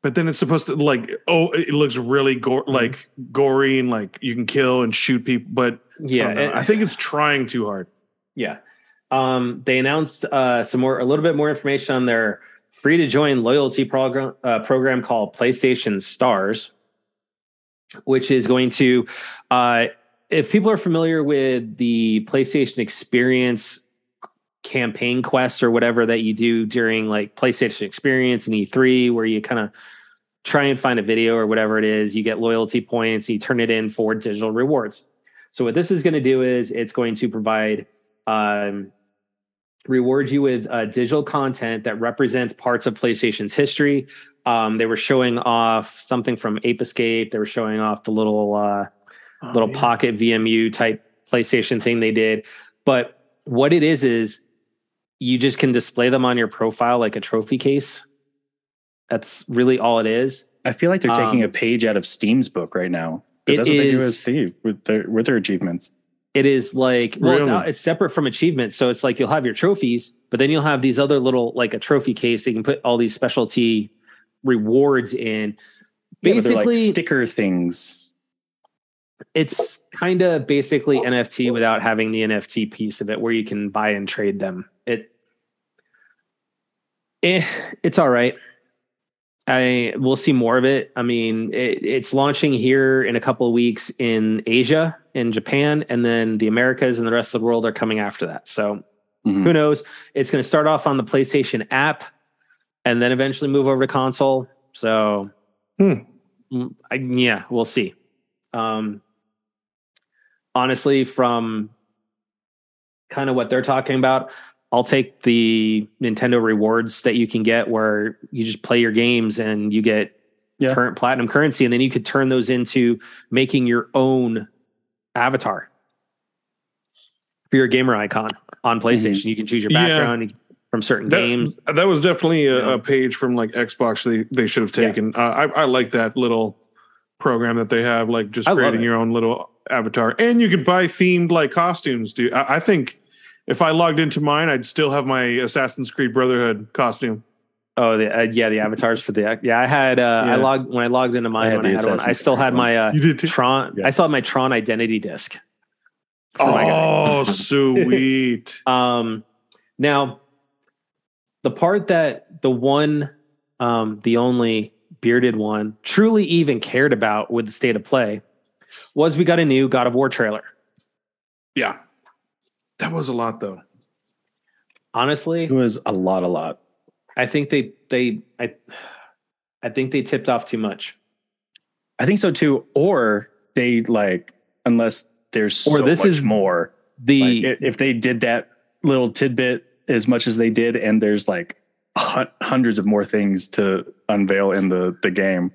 S2: But then it's supposed to like oh, it looks really gore, like gory and like you can kill and shoot people. But
S1: yeah,
S2: I, don't know.
S1: and-
S2: I think it's trying too hard.
S1: yeah. Um, they announced uh, some more, a little bit more information on their free to join loyalty program uh, program called PlayStation Stars, which is going to, uh, if people are familiar with the PlayStation Experience campaign quests or whatever that you do during like PlayStation Experience and E3, where you kind of try and find a video or whatever it is, you get loyalty points, you turn it in for digital rewards. So what this is going to do is it's going to provide um, reward you with uh, digital content that represents parts of PlayStation's history. Um, they were showing off something from Ape Escape. They were showing off the little uh, little pocket VMU type PlayStation thing they did. But what it is is you just can display them on your profile like a trophy case. That's really all it is.
S3: I feel like they're taking
S1: Um,
S3: a page out of Steam's book right now
S1: it
S3: because that's what they do
S1: is-
S3: with Steve with their with their achievements.
S1: It is like well, it's,
S2: Really?
S1: out, it's separate from achievements. So it's like you'll have your trophies, but then you'll have these other little like a trophy case that you can put all these specialty rewards in.
S3: Yeah, but they're
S1: Basically,
S3: like sticker things.
S1: it's kind of basically NFT without having the NFT piece of it, where you can buy and trade them. It, eh, it's all right. I we'll see more of it. I mean, it, it's launching here in a couple of weeks in Asia, in Japan, and then the Americas and the rest of the world are coming after that. So
S3: Mhm.
S1: who knows? It's going to start off on the PlayStation app and then eventually move over to console. So,
S2: Hmm.
S1: Mm, I- yeah, we'll see. Um, honestly, from kind of what they're talking about, I'll take the Nintendo rewards that you can get where you just play your games and you get
S3: Yeah.
S1: current platinum currency, and then you could turn those into making your own avatar for your gamer icon on PlayStation. You can choose your
S2: Yeah.
S1: background from certain
S2: That,
S1: games.
S2: that was definitely a,
S1: Yeah.
S2: a page from like Xbox they, they should have
S1: Yeah.
S2: taken. Uh, I, I like that little program that they have, like just
S1: I love
S2: creating
S1: it.
S2: your own little avatar. And you could buy themed like costumes, dude. I, I think if I logged into mine, I'd still have my Assassin's Creed Brotherhood costume.
S1: Oh, the, uh, yeah, the avatars for the yeah. I had uh,
S2: Yeah.
S1: I logged when I logged into mine. I,
S3: I had
S1: when I,
S3: the
S1: had one, I
S3: Assassin's
S1: still
S3: Creed
S1: had my uh,
S2: You did too.
S1: Tron.
S3: Yeah.
S1: I still had my Tron identity disc. for my guy.
S2: *laughs*
S1: *laughs*
S2: Oh, sweet.
S1: Um, now, the part that the one, um, the only bearded one truly even cared about with the state of play was we got a new God of War trailer.
S2: Yeah. That was a lot though.
S1: Honestly,
S3: It was a lot, a lot.
S1: I think they they I I think they tipped off too much.
S3: I think so too. Or they like, unless there's
S1: Or
S3: so
S1: this
S3: much
S1: is
S3: more.
S1: The
S3: Like, i- if they did that little tidbit as much as they did, and there's like hun- hundreds of more things to unveil in the the game.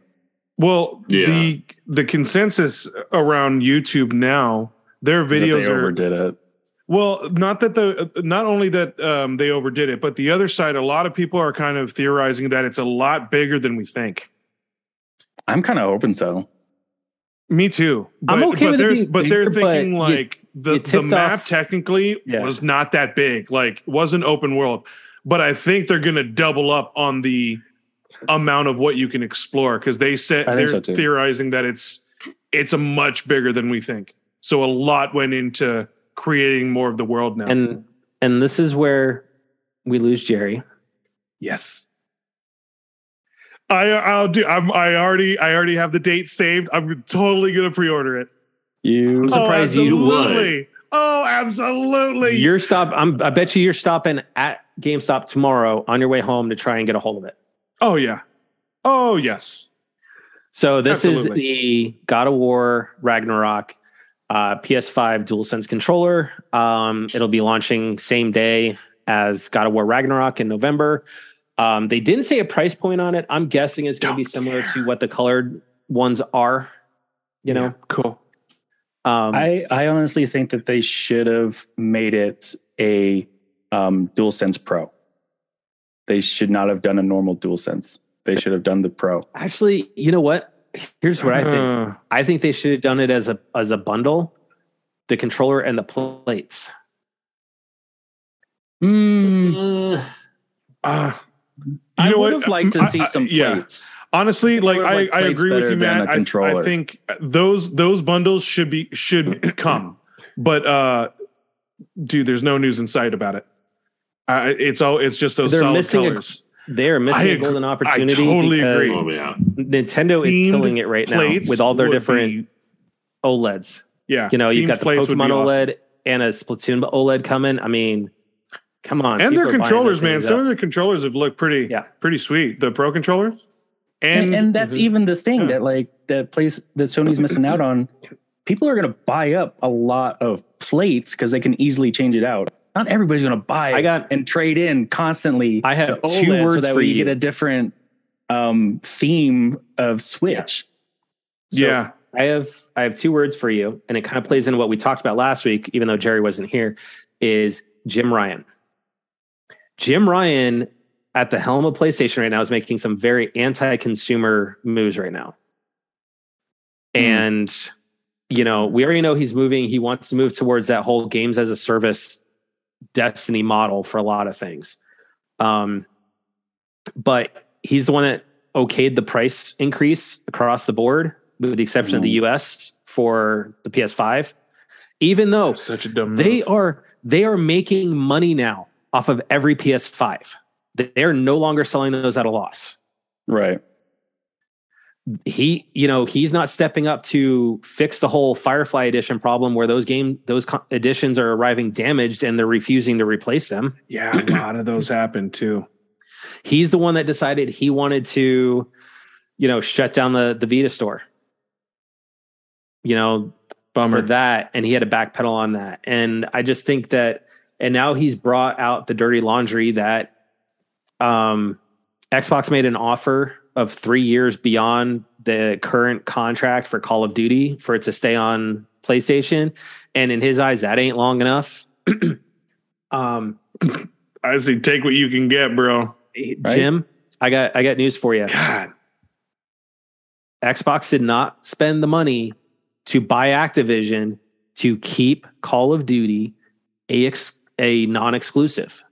S2: Well,
S4: Yeah.
S2: the the consensus around YouTube now, their
S3: is that
S2: videos
S3: they
S2: are
S3: overdid it.
S2: well, not that the not only that um, they overdid it, but the other side, a lot of people are kind of theorizing that it's a lot bigger than we think.
S3: I'm kind of hoping so.
S2: Me too. But,
S1: I'm okay
S2: but
S1: with it
S2: they're,
S1: being
S2: but they're
S1: bigger, but
S2: thinking
S1: you-
S2: like the,
S1: you
S2: the
S1: tipped
S2: map
S1: off-
S2: technically
S3: Yeah.
S2: was not that big, like wasn't open world. But I think they're gonna double up on the amount of what you can explore because they said
S3: I
S2: they're
S3: think so, too.
S2: theorizing that it's it's a much bigger than we think. So a lot went into creating more of the world now.
S1: and and this is where we lose Jerry.
S2: yes. I I'll do I'm I already I already have the date saved. I'm totally gonna pre-order it.
S3: You
S1: I'm surprised you
S4: would.
S2: absolutely. Oh, absolutely.
S1: You're stop. I'm. I bet you you're stopping at GameStop tomorrow on your way home to try and get a hold of it.
S2: oh, yeah. Oh, yes.
S1: So this
S2: Absolutely.
S1: is the God of War Ragnarok uh, PS5 DualSense controller. Um, it'll be launching same day as God of War Ragnarok in November. Um, they didn't say a price point on it. I'm guessing it's going to be
S2: Don't
S1: similar
S2: care.
S1: to what the colored ones are. You know,
S2: cool.
S1: um,
S3: I, I honestly think that they should have made it a um, DualSense Pro. They should not have done a normal DualSense. They should have done the Pro.
S1: actually, you know what? Here's what I think.
S2: Uh,
S1: I think they should have done it as a as a bundle, the controller and the plates.
S3: Hmm.
S4: Uh,
S2: uh,
S3: I
S2: know what?
S3: would have liked to
S2: I-
S3: see
S2: I-
S3: some
S2: yeah.
S3: plates.
S2: honestly, like
S3: Or,
S2: I,
S3: like,
S2: I
S3: plates
S2: agree with
S3: better
S2: you,
S3: than
S2: Matt.
S3: a
S2: I- I,
S3: controller.
S2: think those those bundles should be
S3: *clears throat*
S2: should come, but uh, dude, there's no news in sight about it. Uh, it's all it's just those
S1: They're
S2: solid
S1: missing a-
S2: colors.
S1: They are
S2: I
S1: missing a
S2: agree-
S1: golden opportunity.
S2: totally agree.
S1: because
S4: oh yeah.
S1: Nintendo is
S2: Themed
S1: killing it right now with all their
S2: would
S1: different
S2: be-
S1: OLEDs.
S2: yeah,
S1: You know, you've
S2: themed
S1: got the
S2: plates would be
S1: Pokemon
S2: awesome.
S1: OLED and a Splatoon OLED coming. I mean, come on.
S2: and
S1: people
S2: their
S1: are buying
S2: controllers,
S1: those
S2: man.
S1: things
S2: Some
S1: up.
S2: of their controllers have looked pretty,
S1: Yeah.
S2: pretty sweet. The pro controllers,
S3: And, and that's
S1: mm-hmm.
S3: even the thing
S2: Yeah.
S3: that like that place that Sony's missing out on. People are going to buy up a lot of plates because they can easily change it out. Not everybody's going to buy
S1: I got-
S3: and trade in constantly.
S1: I
S3: the
S1: have
S3: OLED
S1: two words
S3: so that
S1: for
S3: way you,
S1: you.
S3: get a different um, theme of Switch.
S2: yeah,
S1: I have I have two words for you, and it kind of plays into what we talked about last week, even though Jerry wasn't here, is Jim Ryan. Jim Ryan at the helm of PlayStation right now is making some very anti-consumer moves right now. And you know, we already know he's moving, he wants to move towards that whole games as a service destiny model for a lot of things. Um but he's the one that okayed the price increase across the board, with the exception of the US for the PS5. Even though
S2: such a dumb.
S1: they are they are making money now off of every PS5. They are no longer selling those at a loss.
S3: Right.
S1: He, you know, he's not stepping up to fix the whole Firefly edition problem where those game those co- editions are arriving damaged and they're refusing to replace them.
S2: Yeah, a lot of those happen too.
S1: He's the one that decided he wanted to, you know, shut down the the Vita store. You know,
S2: Bummer.
S1: for that and he had to backpedal on that and i just think that and now he's brought out the dirty laundry that um xbox made an offer of three years beyond the current contract for call of duty for it to stay on playstation and in his eyes that ain't long enough *clears throat* um
S2: I say take what you can get, bro.
S3: Right.
S1: jim i got i got news for you
S2: God.
S1: Xbox did not spend the money to buy Activision to keep Call of Duty a ex- a non-exclusive,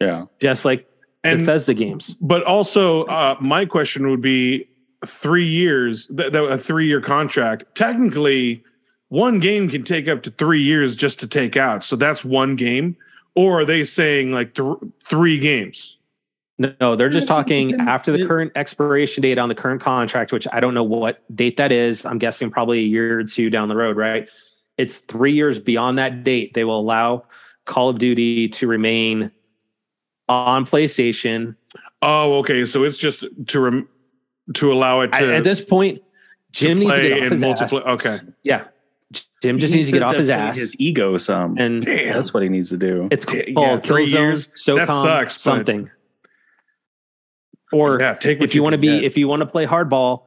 S3: Yeah.
S1: just like
S2: And
S1: Bethesda games.
S2: but also, uh, my question would be: three years, th- th- a three-year contract. Technically, one game can take up to three years just to take out. So that's one game. Or are they saying like th- three games?
S1: No, they're just talking after the current expiration date on the current contract, which I don't know what date that is. I'm guessing probably a year or two down the road, right? It's three years beyond that date. They will allow Call of Duty to remain on PlayStation.
S2: Oh, okay. So it's just to rem- to allow it
S1: I-
S2: to,
S1: at this point, Jim
S2: to
S1: needs to
S2: play
S1: get off
S2: and
S1: his
S2: multiplay.
S1: ass.
S2: Okay.
S1: Yeah. Jim just
S3: He
S1: needs to get off his
S3: deflate
S1: ass.
S3: his ego some.
S1: and
S2: Damn.
S3: That's what he needs to do.
S1: it's
S2: Yeah,
S1: called
S2: three years.
S1: Killzone, SOCOM,
S2: That sucks, but-
S1: something. Or
S2: yeah, take what
S1: if you want to
S2: can
S1: be
S2: get.
S1: if you want to play hardball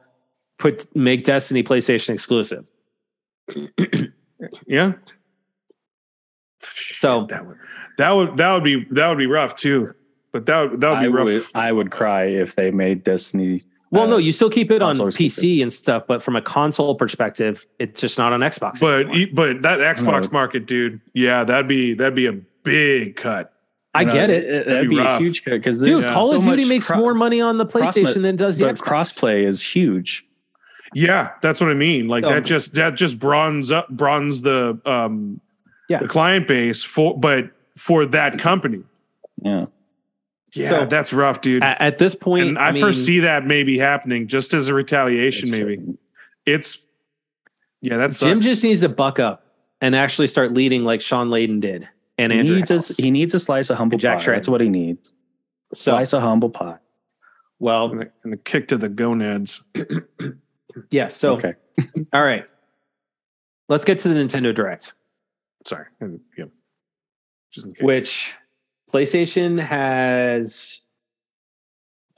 S1: put make destiny playstation exclusive
S2: yeah.
S1: so
S2: That would that would that would be that would be rough too. But that would- that would be
S3: I
S2: rough.
S3: would, I would cry if they made Destiny.
S1: well no
S3: Uh,
S1: you still keep it on
S3: console
S1: pc and stuff but from a console perspective it's just not on xbox
S2: But e- but that Xbox
S3: No.
S2: market, dude. Yeah, that'd be that'd be a big cut.
S1: i
S3: you know,
S1: get it
S3: uh, That'd
S2: That'd
S3: be
S2: be
S3: a
S2: rough.
S3: huge cut because
S1: dude
S3: there's
S1: call
S3: so
S1: of duty
S3: much
S1: makes
S3: cro-
S1: more money on the
S3: cross-
S1: playstation than it does the
S3: But
S1: xbox
S3: crossplay is huge.
S2: Yeah, that's what I mean. Like
S1: Um,
S2: that just that just bronze up bronze the um
S1: Yeah.
S2: the client base for but for that company.
S3: Yeah.
S2: Yeah,
S1: So-
S2: that's rough, dude.
S1: at, at this point
S2: and I,
S1: mean, uh,
S2: foresee that maybe happening just as a retaliation,
S3: That's
S2: maybe. It's yeah, that's
S1: jim just needs to buck up and actually start leading like sean Layden did and
S3: He
S1: andrew
S3: needs, a,
S1: House.
S3: he needs a slice of humble
S1: Jack
S3: pie.
S1: Tran.
S3: That's what he needs.
S1: So-
S3: slice of humble pie.
S1: well
S2: and a, and a kick to the gonads.
S1: yeah so
S3: okay.
S1: all right let's get to the nintendo direct
S2: Sorry. And, yeah. Just in case.
S1: which PlayStation has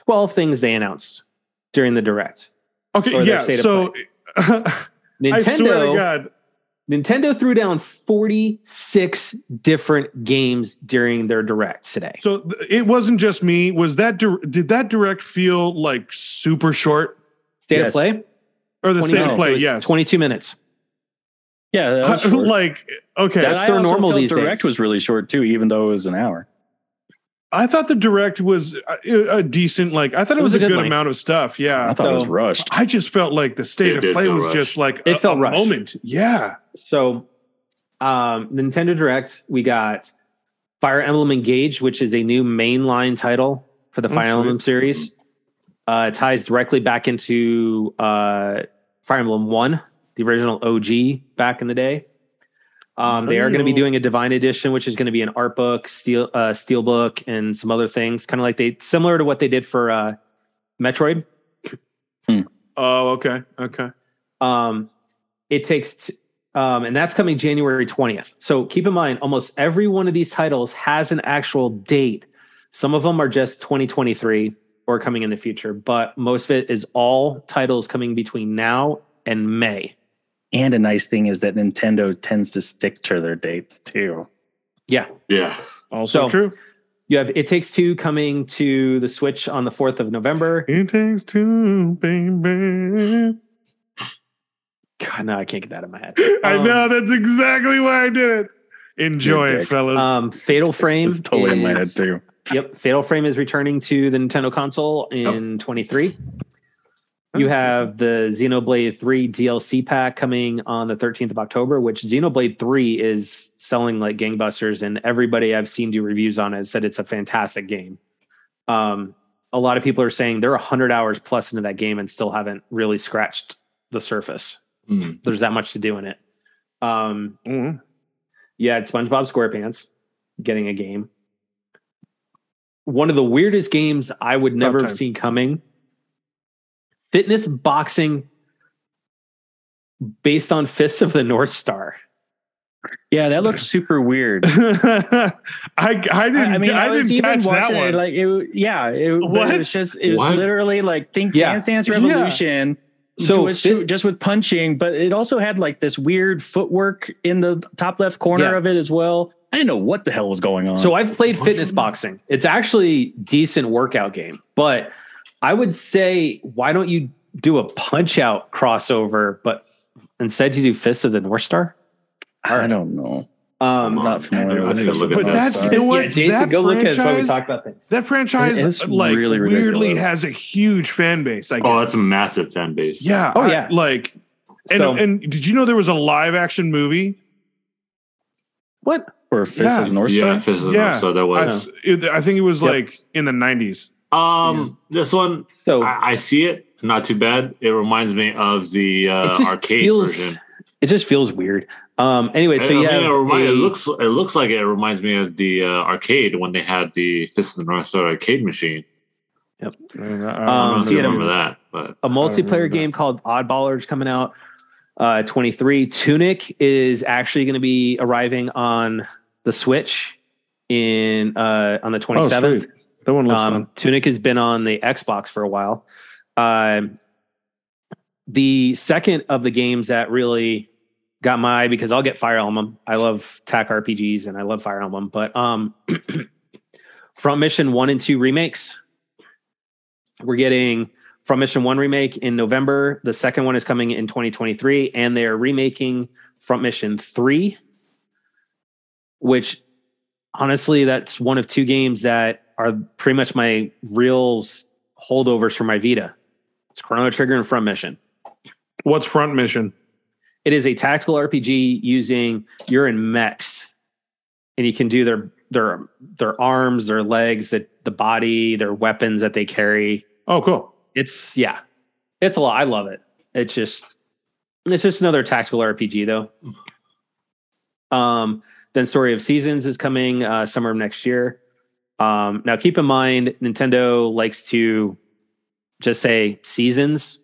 S1: 12 things they announced during the direct. or
S2: okay,
S1: their
S2: yeah.
S1: state of
S2: So *laughs* I swear to
S1: Nintendo
S2: God,
S1: Nintendo threw down 46 different games during their direct today.
S2: so th- it wasn't just me. Was that dir- did that direct feel like super short
S1: State
S3: Yes.
S1: of play?
S2: or the
S1: 20
S2: state
S1: minutes.
S2: of
S1: It
S2: play?
S1: was
S2: Yes, *laughs*
S1: 22 minutes.
S3: Yeah. That was short.
S2: like okay,
S1: That's
S3: And I
S1: their
S3: also
S1: normal
S3: felt
S1: these
S3: direct
S1: days.
S3: was really short too, even though it was an hour.
S2: I thought the direct was a, a decent. Like I thought it, was, a good,
S1: length.
S2: amount of stuff.
S3: I
S2: Yeah,
S3: thought it was
S1: So-
S3: rushed.
S2: I just felt like the
S4: It
S2: state
S4: did
S2: of play
S4: feel
S2: was
S4: rushed.
S2: just like
S1: It
S2: a-
S1: felt
S2: a
S1: rushed.
S2: moment. Yeah,
S1: So, um, Nintendo Direct, we got Fire Emblem Engage, which is a new mainline title for the
S2: Oh,
S1: Fire
S2: sweet.
S1: Emblem series. Uh, it ties directly back into uh, Fire Emblem One, the original OG back in the day. Um, they are going to be
S2: Oh.
S1: doing a Divine Edition, which is going to be an art book, steel uh, steel book, and some other things, kind of like they similar to what they did for uh, Metroid.
S2: Oh, okay, okay.
S1: Um, it takes, t- um, and that's coming January 20th. So keep in mind, almost every one of these titles has an actual date. Some of them are just 2023 or coming in the future, but most of it is all titles coming between now and May.
S3: And a nice thing is that Nintendo tends to stick to their dates too.
S1: Yeah.
S4: Yeah.
S2: Also
S1: So-
S2: true.
S1: You have It Takes Two coming to the Switch on the 4th of November.
S2: It takes two, baby.
S1: God, no, I can't get that in my head.
S2: I
S1: Um,
S2: know that's exactly why I did it. Enjoy
S3: You're
S2: it,
S3: dick.
S2: fellas.
S1: Um, Fatal Frame.
S3: It's totally in my head
S1: is-
S3: too.
S1: Yep, Fatal Frame is returning to the Nintendo console in 23. You have the Xenoblade 3 DLC pack coming on the 13th of October, which Xenoblade 3 is selling like gangbusters, and everybody I've seen do reviews on it said it's a fantastic game. Um, a lot of people are saying they're 100 hours plus into that game and still haven't really scratched the surface.
S4: Mm.
S1: There's that much to do in it. Um,
S2: Mhm.
S1: you had SpongeBob SquarePants getting a game. One of the weirdest games I would never have
S2: time.
S1: seen coming. Fitness boxing based on Fists of the North Star.
S3: Yeah, that looked super weird.
S2: *laughs*
S3: *laughs*
S2: I I didn't I,
S3: I mean, I, was
S2: didn't
S3: even
S2: catch that
S3: watching
S2: one.
S3: it like it. w- Yeah, it, but
S2: What?
S3: it was just it was
S4: What?
S3: literally like think
S1: Yeah.
S3: Dance Dance
S2: Yeah.
S3: Revolution.
S1: So
S3: just,
S1: this-
S3: just with punching, but it also had like this weird footwork in the top left corner
S1: Yeah.
S3: of it as well. I didn't know what the hell was going
S2: Uh,
S3: on.
S1: So I've played fitness boxing. It's actually decent workout game, but I would say why don't you do a punch out crossover, but instead you do Fists of the North Star?
S3: I don't know.
S1: Um,
S3: I'm not familiar
S4: I
S3: with
S4: think
S3: this.
S4: I'll look at
S2: but
S4: that.
S2: that's you
S4: Yeah,
S2: know
S1: *laughs*
S2: what
S1: yeah, Jason,
S2: that
S1: go look at it while we
S2: franchise-
S1: talk about things.
S2: That franchise uh,
S3: It is
S2: like
S3: really
S2: weirdly
S3: ridiculous.
S2: has a huge fan base. I guess.
S4: Oh, that's a Oh, massive fan base.
S2: yeah.
S1: Oh,
S2: I-
S1: yeah.
S2: like And,
S1: so
S2: and did you know there was a live action movie?
S1: what?
S3: Or Fist of
S2: Yeah.
S3: the North Star.
S4: yeah, Fist of the
S2: Yeah.
S4: North Star. That
S2: I,
S4: was.
S2: s- it- I think it was
S1: Yep.
S2: like in the 90s.
S4: Um, this one
S1: So
S4: I, I see it. Not too bad. It reminds me of the
S1: it
S4: uh,
S1: just
S4: arcade
S1: feels.
S4: version.
S1: It just feels weird. Um. Anyway, so
S4: I- I
S1: yeah,
S4: mean, it, remi- it
S1: a-
S4: looks it looks like it reminds me of the uh, arcade when they had the Fist of the North Star arcade machine. I
S1: Um,
S4: don't
S1: so
S4: know if
S1: you
S4: you
S1: had a-
S4: remember that, but
S1: a multiplayer
S2: remember
S1: game called Oddballers coming out uh 23. Tunic is actually going to be arriving on the Switch in uh on the 27th.
S2: Oh, that one looks
S1: Um,
S2: fun.
S1: Tunic has been on the Xbox for a while. Um, the second of the games that really got my eye because I'll get Fire Emblem. I love TAC RPGs and I love Fire Emblem, but um, *clears throat* Front Mission One and Two remakes. We're getting Front Mission One remake in November. The second one is coming in 2023, and they are remaking Front Mission Three, which honestly, that's one of two games that are pretty much my real s- holdovers for my Vita. It's Chrono Trigger and Front Mission.
S2: What's Front Mission?
S1: It is a tactical RPG using you're in mechs, and you can do their their their arms, their legs, the the body, their weapons that they carry.
S2: Oh, cool. *laughs*
S1: It's yeah, it's a lot. I love it. It's just it's just another tactical RPG though. Um, then Story of Seasons is coming uh, summer of next year. Um, now keep in mind Nintendo likes to just say seasons,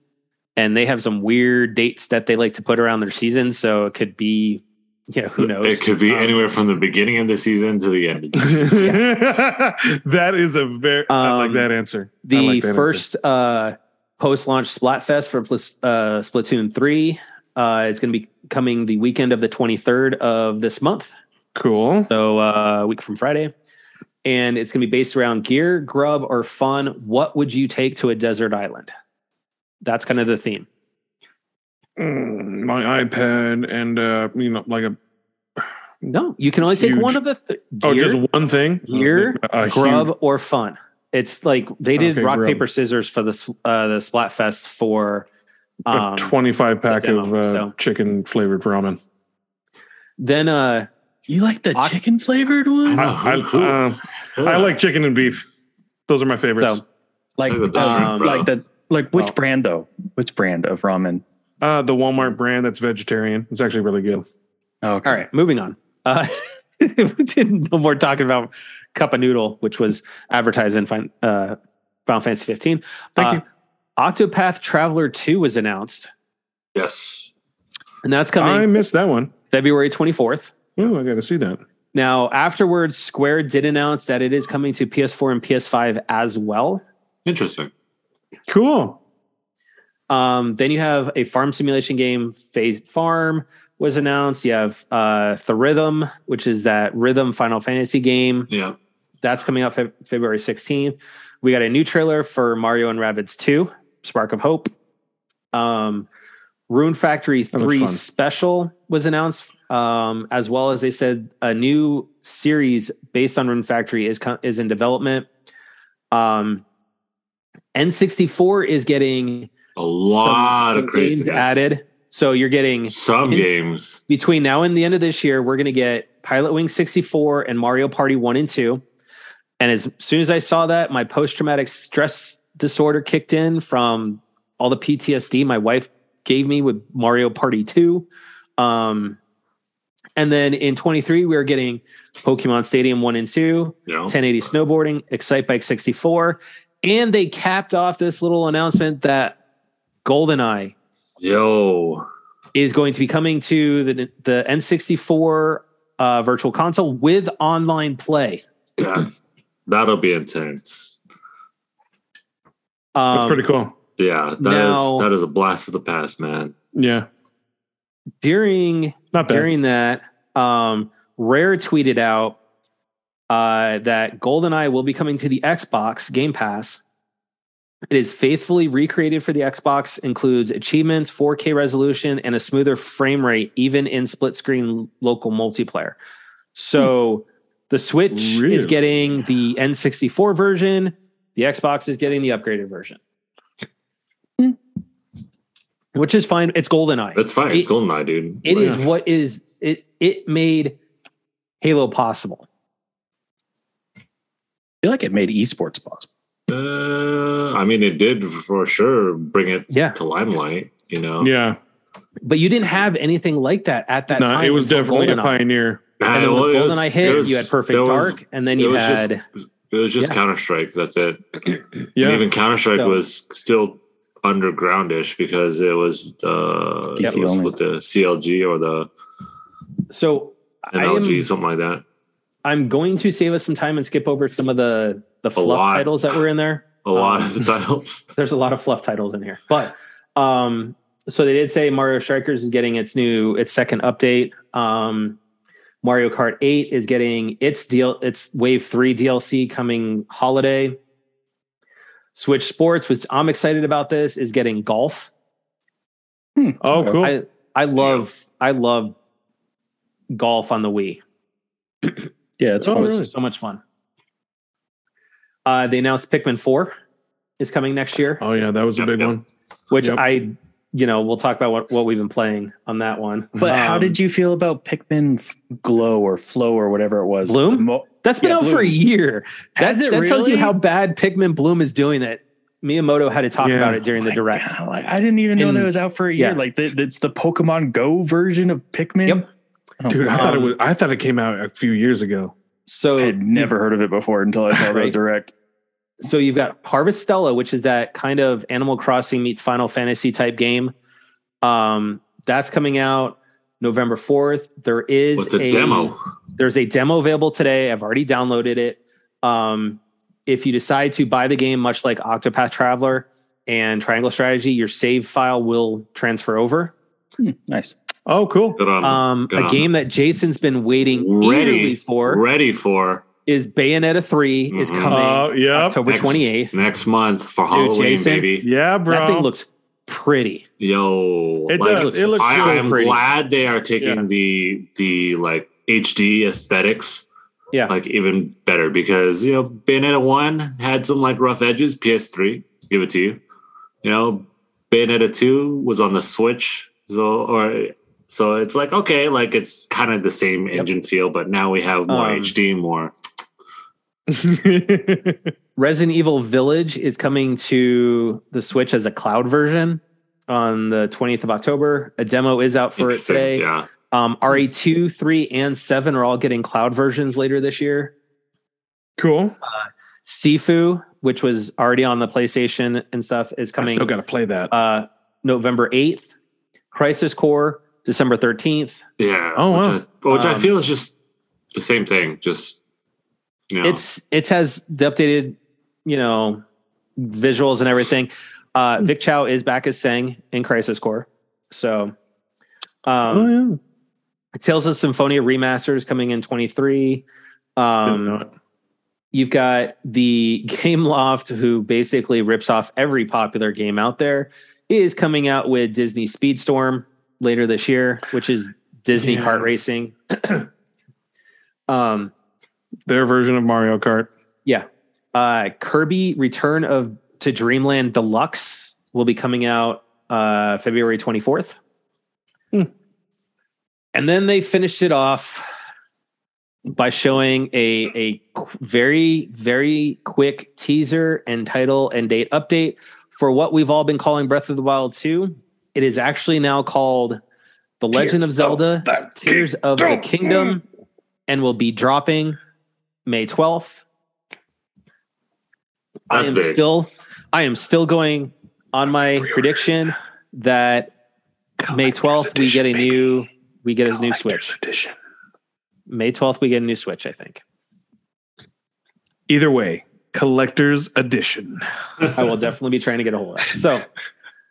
S1: and they have some weird dates that they like to put around their seasons, so it could be you know who knows
S4: it could be
S1: Um,
S4: anywhere from the beginning of the season to
S1: *laughs*
S4: the end. Of the season.
S2: that is a very, I like
S1: Um,
S2: that answer. I
S1: the
S2: like that answer.
S1: first uh, post-launch Splatfest for Plis- uh, Splatoon 3 uh, is going to be coming the weekend of the 23rd of this month,
S2: Cool.
S1: so uh, a week from Friday, and it's going to be based around gear, grub, or fun. What would you take to a desert island? That's kind of the theme.
S2: Mm, my iPad and, uh, you know, like a,
S1: No, you can only take
S2: Huge.
S1: one of the th- gear,
S2: oh, just one thing? Oh,
S1: gear,
S2: A huge-
S1: grub, or fun. It's like they did
S2: Okay,
S1: rock
S2: grub.
S1: paper scissors for the s- uh, the Splatfest for um,
S2: a 25 pack
S1: demo,
S2: of uh,
S1: so.
S2: chicken flavored ramen.
S1: then uh
S3: You like the
S1: Oc-
S3: chicken flavored
S4: I
S1: Oh,
S3: one?
S4: know,
S2: I,
S4: who- who-
S2: uh, I like chicken and beef. Those are my favorites.
S1: so
S3: Like,
S4: Look at this
S3: uh,
S1: one,
S4: bro.
S3: like the like which
S1: Well.
S3: brand though? Which brand of ramen?
S2: Uh, the Walmart brand that's vegetarian. It's actually really good.
S3: Oh, okay.
S1: All right, moving on. Uh, *laughs* we did no more talking about Cup of Noodle, which was advertised in fin- uh, Final Fantasy 15.
S2: Thank
S1: Uh, Octopath Traveler 2 was announced,
S4: yes.
S1: and that's
S2: you. I
S1: coming
S2: missed that one.
S1: February 24th.
S2: Ooh, I got to see that.
S1: Now, afterwards, Square did announce that it is coming to PS4 and PS5 as well.
S4: Interesting.
S2: Cool.
S1: Um, then you have a farm simulation game, Phase Farm was announced. You have uh, The Rhythm, which is that rhythm Final Fantasy game.
S4: Yeah.
S1: That's coming out Feb- February 16th. We got a new trailer for Mario and Rabbids 2, Spark of Hope. Um, Rune Factory
S2: That looks
S1: 3
S2: fun.
S1: Special was announced, um, as well as they said a new series based on Rune Factory is, co- is in development. Um, N64 is getting
S4: A lot
S1: some
S4: of crazy
S1: games
S4: guys.
S1: added. So you're getting
S4: Some
S1: In-
S4: games.
S1: between now and the end of this year, we're going to get Pilot Wing 64 and Mario Party 1 and 2. And as soon as I saw that, my post traumatic stress disorder kicked in from all the PTSD my wife gave me with Mario Party 2. Um, and then in 23, we are getting Pokemon Stadium 1 and 2,
S4: You know?
S1: 1080 snowboarding, Excite Bike 64. And they capped off this little announcement that GoldenEye
S4: Yo.
S1: is going to be coming to the the N64 uh, virtual console with online play.
S4: That's that'll be intense.
S1: Um,
S2: That's pretty cool.
S4: Yeah. that is
S1: now-
S4: that is a blast of the past, man.
S2: Yeah.
S1: During
S2: Not bad.
S1: during that, um, Rare tweeted out uh, that GoldenEye will be coming to the Xbox Game Pass. It is faithfully recreated for the Xbox, includes achievements, 4K resolution, and a smoother frame rate, even in split screen local multiplayer. So the Switch is
S2: Hmm. Really?
S1: getting the N64 version, the Xbox is getting the upgraded version. which is fine. It's GoldenEye.
S4: That's fine. It's
S1: It-
S4: GoldenEye, dude.
S1: It
S2: Right.
S1: is what is it it made Halo possible.
S3: feel like it made esports possible.
S4: Uh, I mean, it did for sure bring it
S1: Yeah.
S4: to limelight. You know,
S2: Yeah,
S1: But you didn't have anything like that at that
S2: no,
S1: time.
S2: it was
S1: until
S2: definitely a
S1: GoldenEye.
S2: pioneer.
S4: Nah,
S1: And then
S4: well,
S1: when
S4: it was-
S1: GoldenEye
S4: it
S1: hit,
S4: was-
S1: you had Perfect
S4: there was-
S1: Dark, and then
S4: it
S1: you
S4: was
S1: had
S4: just- it was just
S1: Yeah.
S4: Counter Strike. That's it. And
S2: *clears throat* Yeah,
S4: even Counter Strike
S1: So-
S4: was still undergroundish because it was uh,
S3: PC
S4: it was
S3: only.
S4: with the CLG or the
S1: so I am,
S4: NLG, something like that.
S1: I'm going to save us some time and skip over some of the the fluff
S4: lot.
S1: titles that were in there.
S4: A lot
S1: Um, *laughs*
S4: of the titles.
S1: There's a lot of fluff titles in here. But um so they did say Mario Strikers is getting its new its second update. Um Mario Kart 8 is getting its deal its Wave 3 DLC coming holiday. Switch Sports, which I'm excited about this, is getting golf.
S2: oh cool.
S1: I I love I love golf on the Wii.
S3: Yeah, it's
S2: Oh,
S3: fun.
S2: really?
S1: So much fun. Uh, they announced Pikmin 4 is coming next year,
S2: oh yeah, that was a
S4: Yep,
S2: big
S4: yep.
S2: one.
S1: which
S2: yep.
S1: I, you know, we'll talk about what, what we've been playing on that one.
S3: But how did you feel about Pikmin F- Glow or Flow or whatever it was?
S1: Bloom?
S3: The mo-
S1: That's been
S3: Yeah,
S1: out for a
S3: Bloom.
S1: year.
S3: Has
S1: that
S3: it
S1: that tells you
S3: really?
S1: how bad Pikmin Bloom is doing that. Miyamoto had to talk
S2: Yeah.
S1: about it during the
S4: Oh
S3: My
S1: direct.
S3: God, like, I didn't even know
S1: And-
S3: that it was out for a year.
S1: yeah.
S3: Like the, it's the Pokemon Go version of Pikmin.
S1: Yep.
S3: Oh,
S2: Dude, I thought it
S1: Um,
S2: was. I thought it came out a few years ago.
S1: So
S3: I had never heard of it before until I saw the
S1: Right.
S3: direct.
S1: so you've got Harvest Stella, which is that kind of Animal Crossing meets Final Fantasy type game. Um, that's coming out November 4th. There is
S4: With the
S1: a
S4: demo.
S1: There's a demo available today. I've already downloaded it. Um, if you decide to buy the game, much like Octopath Traveler and Triangle Strategy, your save file will transfer over.
S3: Hmm, Nice.
S2: Oh cool.
S4: Good on
S1: Um,
S4: good
S1: a
S4: on
S1: game that Jason's been waiting
S4: Ready.
S1: eagerly for
S4: ready for
S1: is Bayonetta 3 is
S4: Mhm.
S1: coming
S2: Oh yeah,
S1: October
S4: Next.
S1: 28th.
S4: next month for Halloween,
S1: Jason.
S4: baby.
S2: yeah,
S1: That
S2: bro.
S1: thing looks pretty.
S4: Yo,
S2: It
S4: like,
S2: does. It looks so
S4: I, I'm
S2: pretty.
S4: glad they are taking
S2: Yeah.
S4: the the like HD aesthetics.
S1: Yeah.
S4: Like even better because you know Bayonetta one had some like rough edges. PS3, give it to you. You know, Bayonetta two was on the Switch, so or so it's like okay, like it's kind of the same
S1: Yep.
S4: engine feel, but now we have more
S1: Um,
S4: HD, more
S1: Resident Evil Village is coming to the Switch as a cloud version on the 20th of October. A demo is out for it
S4: interesting.
S1: today.
S4: Yeah,
S1: Um,
S2: Hmm.
S1: RE2, 3, and 7 are all getting cloud versions later this year.
S2: *laughs* cool.
S1: Sifu, which was already on the PlayStation and stuff, is
S2: I
S1: coming
S2: still gotta play that.
S1: uh, November 8th. Crisis Core, December 13th.
S4: yeah.
S2: Oh, wow.
S4: which, I, which I
S1: Um,
S4: feel is just the same thing. Just you know,
S1: It's it has the updated, you know, visuals and everything. Uh,
S2: Hmm.
S1: Vic Chow is back as Sang in Crisis Core. So, um,
S2: oh yeah.
S1: Tales of Symphonia remasters coming in 23.
S2: Didn't
S1: Um,
S2: know it.
S1: you've got the *laughs* Game Loft, who basically rips off every popular game out there, is coming out with Disney Speedstorm later this year, which is Disney
S2: Yeah.
S1: kart racing. *clears throat* um,
S2: Their version of Mario Kart.
S1: uh, Kirby Return of to Dreamland Deluxe will be coming out uh, February 24th.
S2: Hmm.
S1: And then they finished it off by showing a a qu- very very quick teaser and title and date update for what we've all been calling Breath of the Wild 2. It is actually now called The Legend of Zelda Tears of the Kingdom and will be dropping May 12th. I
S4: That's
S1: am
S4: big.
S1: still I am still going on my prediction that May 12th we get a new we get a new Switch. May 12th we get a new Switch, I think.
S2: Either way, collector's edition.
S1: I will definitely be trying to get a hold of that. So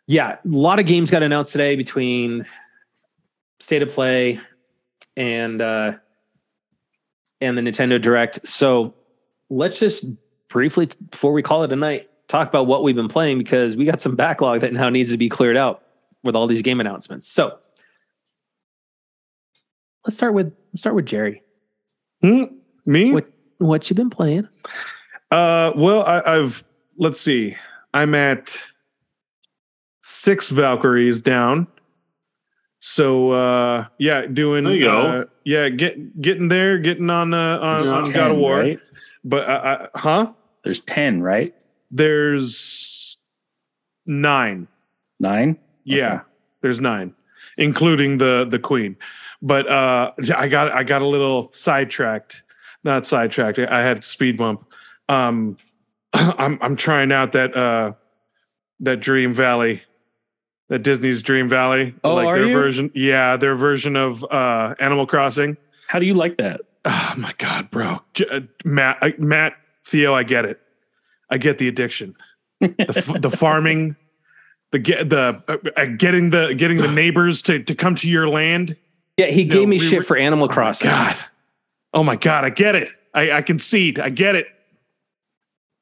S1: yeah, a lot of games got announced today between State of Play and uh and the Nintendo Direct. So let's just briefly t- before we call it a night talk about what we've been playing because we got some backlog that now needs to be cleared out with all these game announcements. So let's start with let's start with Jerry.
S2: Hmm? Me?
S1: What you been playing?
S2: Uh, well, I, I've let's see. I'm at six Valkyries down. So uh yeah, doing
S4: There you go.
S2: uh, yeah, get getting there, getting on uh on,
S4: Yeah.
S2: on
S4: Ten,
S2: God of War.
S3: right?
S2: But I, I, huh?
S3: There's ten, right?
S2: There's nine.
S3: Nine.
S2: Yeah,
S3: Okay.
S2: there's nine, including the the queen. But uh I got I got a little sidetracked. Not sidetracked. I had speed bump. Um *clears throat* I'm I'm trying out that uh that Dream Valley, that Disney's Dream Valley.
S3: Oh, are
S2: their
S3: you?
S2: version. Yeah, their version of uh Animal Crossing.
S3: How do you like that?
S2: Oh my god, bro. J- uh, Matt I, Matt Theo, I get it. I get the addiction. The, f- the farming, the get the uh, uh, getting the getting the neighbors to to come to your land.
S1: Yeah, he
S2: No,
S1: gave me
S2: we
S1: shit
S2: were-
S1: for Animal *sighs* Crossing.
S2: God. Oh my god, I get it. I I concede. I get it.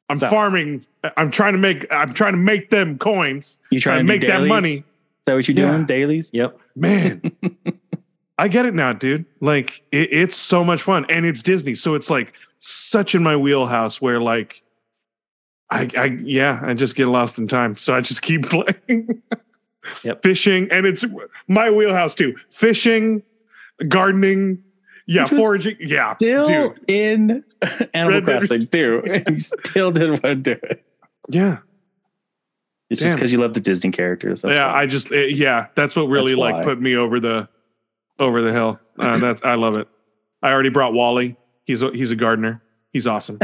S2: I'm
S1: So-
S2: farming. I- I'm trying to make I'm trying to make them coins.
S3: You trying
S2: I
S3: to do
S2: make that
S3: dailies?
S2: money.
S3: Is that what you're
S2: Yeah.
S3: doing? Dailies?
S1: Yep.
S2: man i get it now dude like it, it's so much fun and it's disney so it's like such in my wheelhouse where like i i yeah i just get lost in time so i just keep *laughs* playing
S1: Yep.
S2: fishing and it's my wheelhouse too fishing gardening yeah
S3: Which was
S2: foraging yeah
S3: Still
S2: dude
S3: in Animal
S2: Red Dead
S3: Crossing, too. And *laughs* you still didn't want to do it.
S2: yeah
S3: It's just
S2: Damn.
S3: because you love the Disney characters. That's
S2: yeah
S3: why.
S2: i just it- yeah that's what really
S3: That's
S2: like
S3: why.
S2: put me over the over the hill uh, that's i love it i already brought wally he's a he's a gardener he's awesome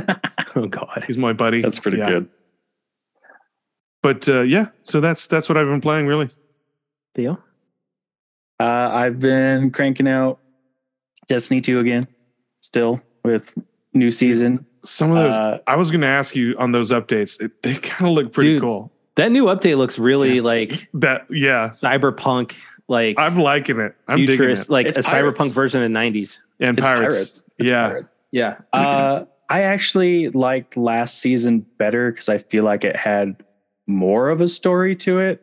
S1: Oh God.
S2: He's my buddy.
S3: that's pretty
S2: Yeah.
S3: good.
S2: But uh, yeah, so that's that's what I've been playing really.
S1: Theo.
S3: Uh, I've been cranking out Destiny 2 again, still with new season.
S2: Some of those
S3: Uh,
S2: I was going to ask you on those updates. It, they kind of look pretty
S1: Dude.
S2: cool.
S1: That new update looks really like
S2: That yeah,
S1: cyberpunk, like
S2: I'm liking it. I'm digging
S1: futurist,
S2: it.
S1: like
S3: It's
S1: a
S3: pirates.
S1: cyberpunk version of '90s.
S2: And
S3: It's
S2: pirates.
S3: It's
S2: Yeah.
S3: pirates.
S1: Yeah.
S3: Uh, I actually liked last season better because I feel like it had more of a story to it.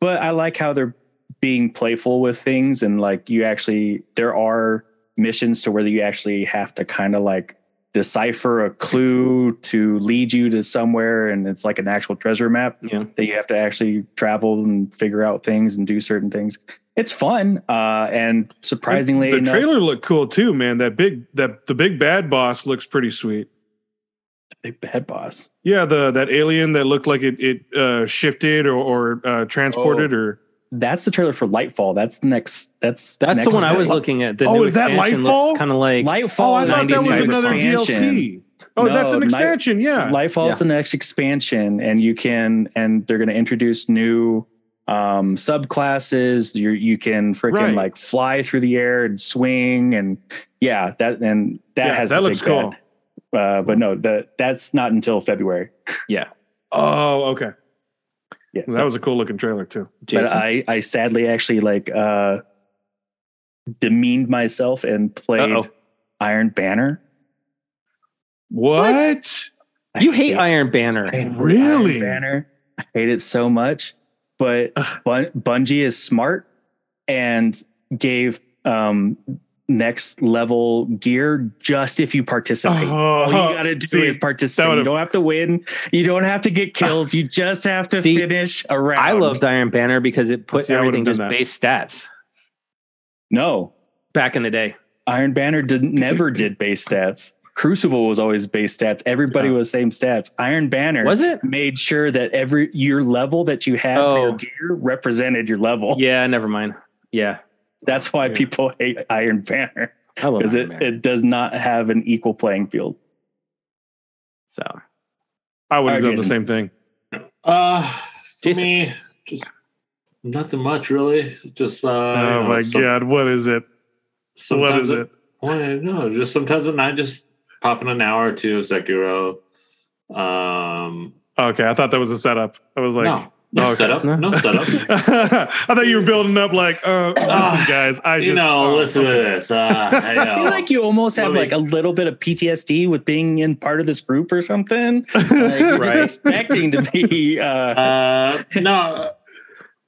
S3: But I like how they're being playful with things and like you actually there are missions to where you actually have to kind of like decipher a clue to lead you to somewhere and it's like an actual treasure map
S1: Yeah.
S3: that you have to actually travel and figure out things and do certain things. It's fun uh and surprisingly
S2: the
S3: enough,
S2: trailer looked cool too, man. That big that the big bad boss looks pretty sweet.
S3: big bad boss.
S2: Yeah, the that alien that looked like it it uh, shifted or, or uh,
S3: Oh.
S2: transported or
S3: That's the trailer for Lightfall. That's the next. That's
S1: That's
S3: next
S1: the one I was
S3: thing.
S1: looking at. The
S2: Oh,
S1: new
S2: is that
S1: expansion
S2: Lightfall?
S1: looks kind of like
S3: Lightfall.
S2: Oh, I thought that was
S3: 90s
S2: another
S3: expansion.
S2: DLC. Oh,
S3: No,
S2: that's an
S3: Night-
S2: expansion, yeah.
S3: Lightfall's the next expansion, and you can and they're going to introduce new um subclasses. You you can freaking
S2: Right.
S3: like fly through the air and swing and yeah that and that
S2: Yeah,
S3: has
S2: that
S3: the
S2: looks
S3: big bad.
S2: cool.
S3: Uh, but no, that that's not until February.
S2: oh, okay.
S3: Yeah,
S2: That was a cool looking trailer too.
S1: Jason.
S3: but uh, I I sadly actually like uh demeaned myself and played
S1: Uh-oh.
S3: Iron Banner.
S2: What?
S3: I
S1: you hate
S3: Iron,
S1: Iron Banner.
S2: Really?
S3: Iron Banner. I hate it so much. But Bun- Bungie is smart and gave um next level gear just if you participate.
S2: Oh,
S3: All you gotta do
S2: Uh-huh. see,
S3: is
S2: that
S3: participate. You
S2: would've-
S3: don't have to win. You don't have to get kills. You just have to
S1: See,
S3: finish a round.
S1: I loved Iron Banner because it put
S2: See, I would've
S1: everything
S2: done
S1: just
S2: that.
S1: base stats
S3: no
S1: back in the day.
S3: Iron Banner did never did base stats. Crucible was always base stats. Everybody
S2: Yeah.
S3: was same stats. Iron Banner
S1: Was it?
S3: made sure that every your level that you had for
S1: Oh.
S3: your gear represented your
S2: Oh.
S3: level.
S1: Yeah, never mind. Yeah,
S3: *laughs* That's why
S2: Yeah.
S3: people hate Iron
S4: *laughs*
S3: Banner
S1: I love
S3: because
S1: Iron
S3: it,
S1: Banner.
S3: it does not have an equal playing field.
S1: so
S2: I would have
S3: Alright,
S2: done the same
S3: Jason.
S2: thing.
S4: Uh, for
S1: Jason.
S4: me, just nothing much really. Just uh, you
S2: oh
S4: know,
S2: my
S4: some-
S2: god, what is it? What
S4: Sometimes
S2: is it?
S4: Well, I don't know. Just sometimes at night, just popping an hour or two of Sekiro. Um,
S2: Okay, I thought that was a setup. I was like,
S4: no, no
S2: okay.
S4: setup, no,
S2: *laughs*
S4: setup.
S2: I thought you were building up like, uh,
S4: Ah,
S2: listen, guys, I just
S4: you know,
S2: oh, *laughs*
S4: listen to this. Uh, I,
S3: I feel
S4: know.
S3: like you almost have
S4: Let me-
S3: like a little bit of PTSD with being in part of this group or *laughs* something. Like, you're just
S4: Right.
S3: expecting to *laughs* be uh,
S4: uh, no,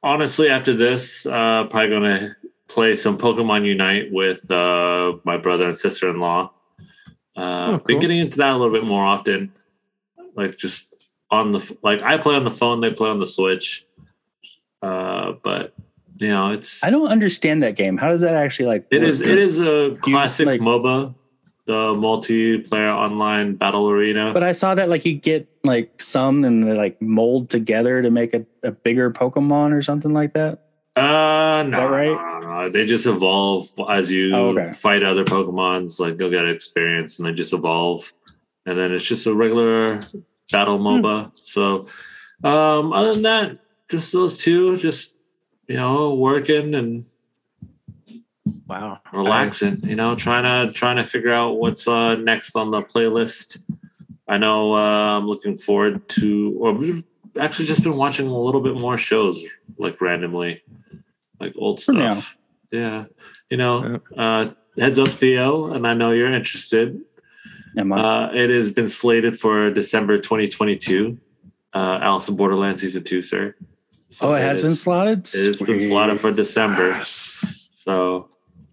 S4: honestly, after this, uh, probably gonna play some Pokemon Unite with uh, my brother and sister in law. Uh,
S2: Oh,
S4: Been
S2: cool.
S4: getting into that a little bit more often, like just on the f- like I play on the phone, they play on the Switch. Uh, but you know, it's
S3: I don't understand that game. How does that actually like?
S4: it
S3: work?
S4: is it is a classic
S3: like-
S4: MOBA, the multiplayer online battle arena.
S3: But I saw that like you get like some and they like mold together to make a, a bigger Pokemon or something like that.
S4: Uh, no,
S3: that right?
S4: no, no, no. They just evolve as you
S3: Oh, okay.
S4: fight other Pokemons, like go get experience, and they just evolve. And then it's just a regular battle
S3: Hmm.
S4: MOBA. So, um, other than that, just those two, just you know, working and
S1: Wow.
S4: relaxing. You know, trying to trying to figure out what's uh next on the playlist. I know uh, I'm looking forward to, or we've actually just been watching a little bit more shows, like randomly, like old
S3: For
S4: stuff.
S3: now.
S4: Yeah, you know, uh, heads up, Theo, and I know you're interested.
S3: Am I?
S4: Uh, it has been slated for December 2022. Uh, Alice in Borderland season two, sir. So
S3: oh, it has
S4: is-
S3: been slotted.
S4: It has been
S3: Sweet.
S4: slotted for December. So,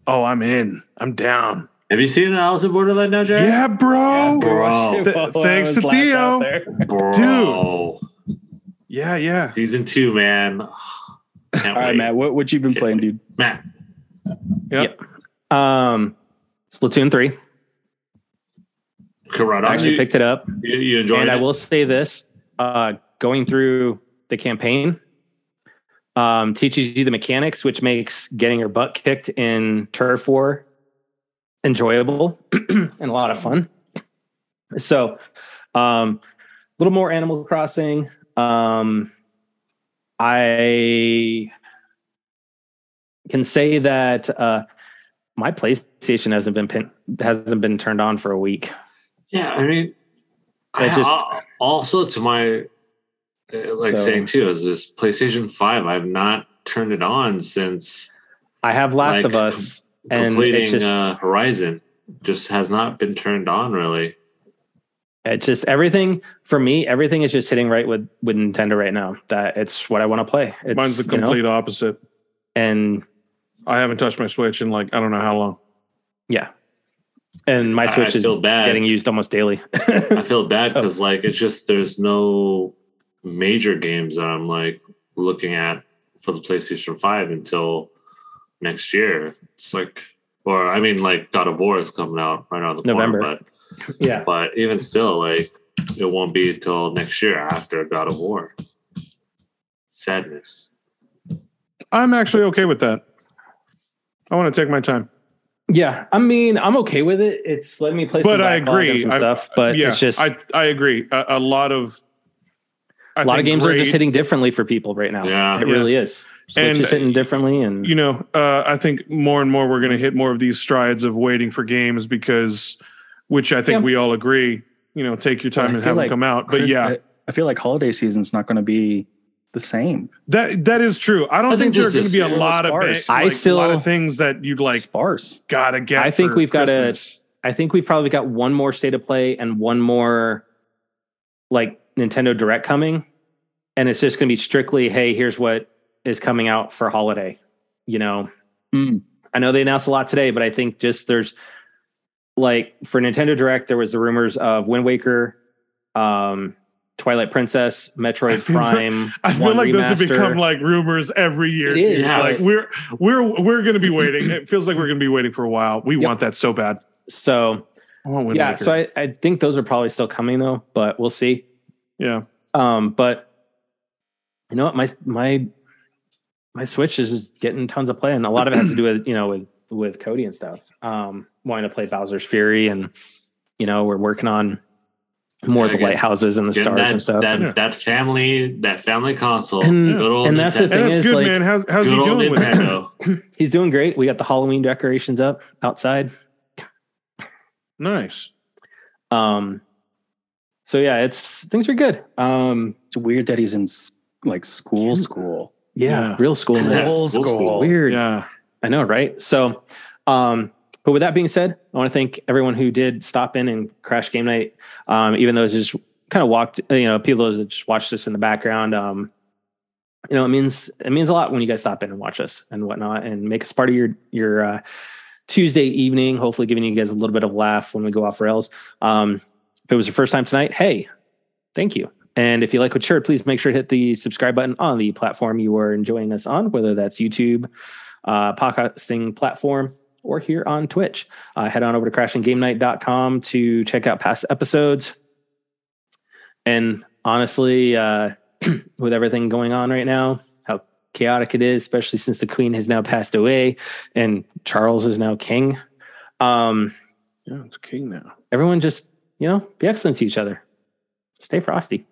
S2: Oh, I'm in. I'm down.
S4: have you seen Alice in Borderland now, Jared?
S2: Yeah, bro.
S3: *laughs*
S4: bro,
S2: Th-
S3: Well, I
S2: thanks
S3: was
S2: to
S3: last
S2: Theo.
S3: out there.
S4: bro.
S2: Yeah, yeah.
S4: Season two, man. *sighs* Can't
S3: All right,
S4: wait.
S3: Matt. What what you been playing, dude?
S4: Matt.
S1: Um, Splatoon three.
S4: Corrado,
S1: I actually
S4: you,
S1: picked it up,
S4: you, you enjoyed
S1: and
S4: it?
S1: I will say this: uh, going through the campaign um, teaches you the mechanics, which makes getting your butt kicked in turf war enjoyable *clears throat* and a lot of fun. So, um, a little more Animal Crossing. Um, I can say that uh, my PlayStation hasn't been pin- hasn't been turned on for a week.
S4: Yeah, I mean, I
S1: That just-
S4: al- also to my uh, like
S1: So-
S4: saying too is this PlayStation Five. I've not turned it on since
S1: I have Last
S4: Like,
S1: of Us, and
S4: completing
S1: it's just
S4: uh, Horizon. Just has not been turned on really.
S1: it's just everything for me. Everything is just hitting right with with Nintendo right now. That it's what I want to play. It's,
S2: Mine's the
S1: you know,
S2: complete opposite.
S1: and
S2: I haven't touched my Switch in like I don't know how long.
S1: and my
S4: I-
S1: Switch
S4: I
S1: is
S4: feel bad.
S1: getting used almost
S2: *laughs*
S1: daily.
S4: I feel bad
S1: So-
S4: because like it's just there's no major games that I'm like looking at for the PlayStation Five until next year. It's like, or I mean, like God of War is coming out right around the
S1: November.
S4: corner, but
S1: yeah,
S4: but even still, like it won't be until next year after God of War. Sadness.
S2: I'm actually okay with that. I want to take my time.
S1: yeah. I mean, I'm okay with it. It's letting me play. Some
S2: But I
S1: Black Hawk and
S2: agree.
S1: Some
S2: I-
S1: stuff, but it's just a
S2: I I agree. A, a lot of a
S1: lot of games are just hitting differently for people right now.
S4: Yeah.
S1: it really is. Switch
S2: And-
S1: is hitting differently, and
S2: You know, uh, I think more and more we're going to hit more of these strides of waiting for games because, which I
S1: Yeah.
S2: think we all agree. You know, take your time
S3: I
S2: and
S3: feel
S2: have
S3: like
S2: them come out. But
S3: Chris-
S2: yeah,
S3: I, I feel like holiday season's not going to be the same.
S2: that that is true. I don't
S4: I
S2: think
S4: think
S2: there are
S4: just
S2: going to
S4: this
S2: be a
S4: year was
S2: lot of
S3: sparse.
S2: ba-
S1: I
S2: like, a lot
S1: still-
S2: of things that you'd like
S3: sparse.
S2: gotta get.
S1: I think
S2: for
S1: we've gotta-
S2: Christmas.
S1: I think we've probably got one more state of play and one more like Nintendo Direct coming. And it's just going to be strictly, hey, here's what is coming out for holiday. You know,
S3: Mm.
S1: I know they announced a lot today, but I think just there's like for Nintendo Direct, there was the rumors of Wind Waker, um, Twilight Princess,
S2: I
S1: Metroid
S2: feel like-
S1: Prime.
S2: *laughs* I feel
S1: one
S2: like this has
S1: remaster.
S2: become like rumors every year.
S1: It is,
S4: Yeah.
S2: Like we're we're we're going to be waiting. It feels like we're going to be waiting for a while. We
S1: Yep.
S2: want that so bad.
S1: so
S2: I want Wind
S1: yeah,
S2: Waker.
S1: so I, I think those are probably still coming though, but we'll see.
S2: yeah.
S1: Um, but you know what, my my my Switch is getting tons of play, and a lot of it has to do with you know with with Cody and stuff. Um, wanting to play Bowser's Fury, and you know we're working on more of
S4: Yeah,
S1: the
S4: get-
S1: lighthouses and the
S4: Getting
S1: stars
S4: that,
S1: and stuff.
S4: that,
S2: Yeah.
S4: that family that family console.
S1: And-
S4: good old
S1: and that's the
S4: Nintendo.
S2: Hey,
S1: thing is,
S2: that's good,
S1: like-
S2: man. How's how's
S4: good
S2: he
S4: old
S2: doing with it?
S1: *laughs*
S4: Nintendo. *sighs*
S1: He's doing great. We got the Halloween decorations up outside.
S2: Nice.
S1: Um, so yeah, it's things are good. Um,
S3: It's weird that he's in s- like school. School.
S1: yeah,
S2: Yeah.
S1: real school.
S4: Yeah, *laughs*
S1: man.
S3: Old
S4: school, school.
S3: school.
S1: Weird.
S2: Yeah.
S1: I know, right? So, um, but with that being said, I want to thank everyone who did stop in and crash game night. Um, even those just kind of walked, you know, people that just watched us in the background. Um, you know, it means it means a lot when you guys stop in and watch us and whatnot, and make us part of your your uh, Tuesday evening. Hopefully, giving you guys a little bit of laugh when we go off rails. Um, if it was your first time tonight, hey, thank you. And if you like what you heard, please make sure to hit the subscribe button on the platform you are enjoying us on, whether that's YouTube, uh, podcasting platform, or here on Twitch. Uh, head on over to crashinggamenight.com to check out past episodes. And honestly, uh, *clears throat* with everything going on right now, how chaotic it is, especially since the queen has now passed away and Charles is now king. Um,
S2: Yeah, it's king now.
S1: everyone just, you know, be excellent to each other. Stay frosty.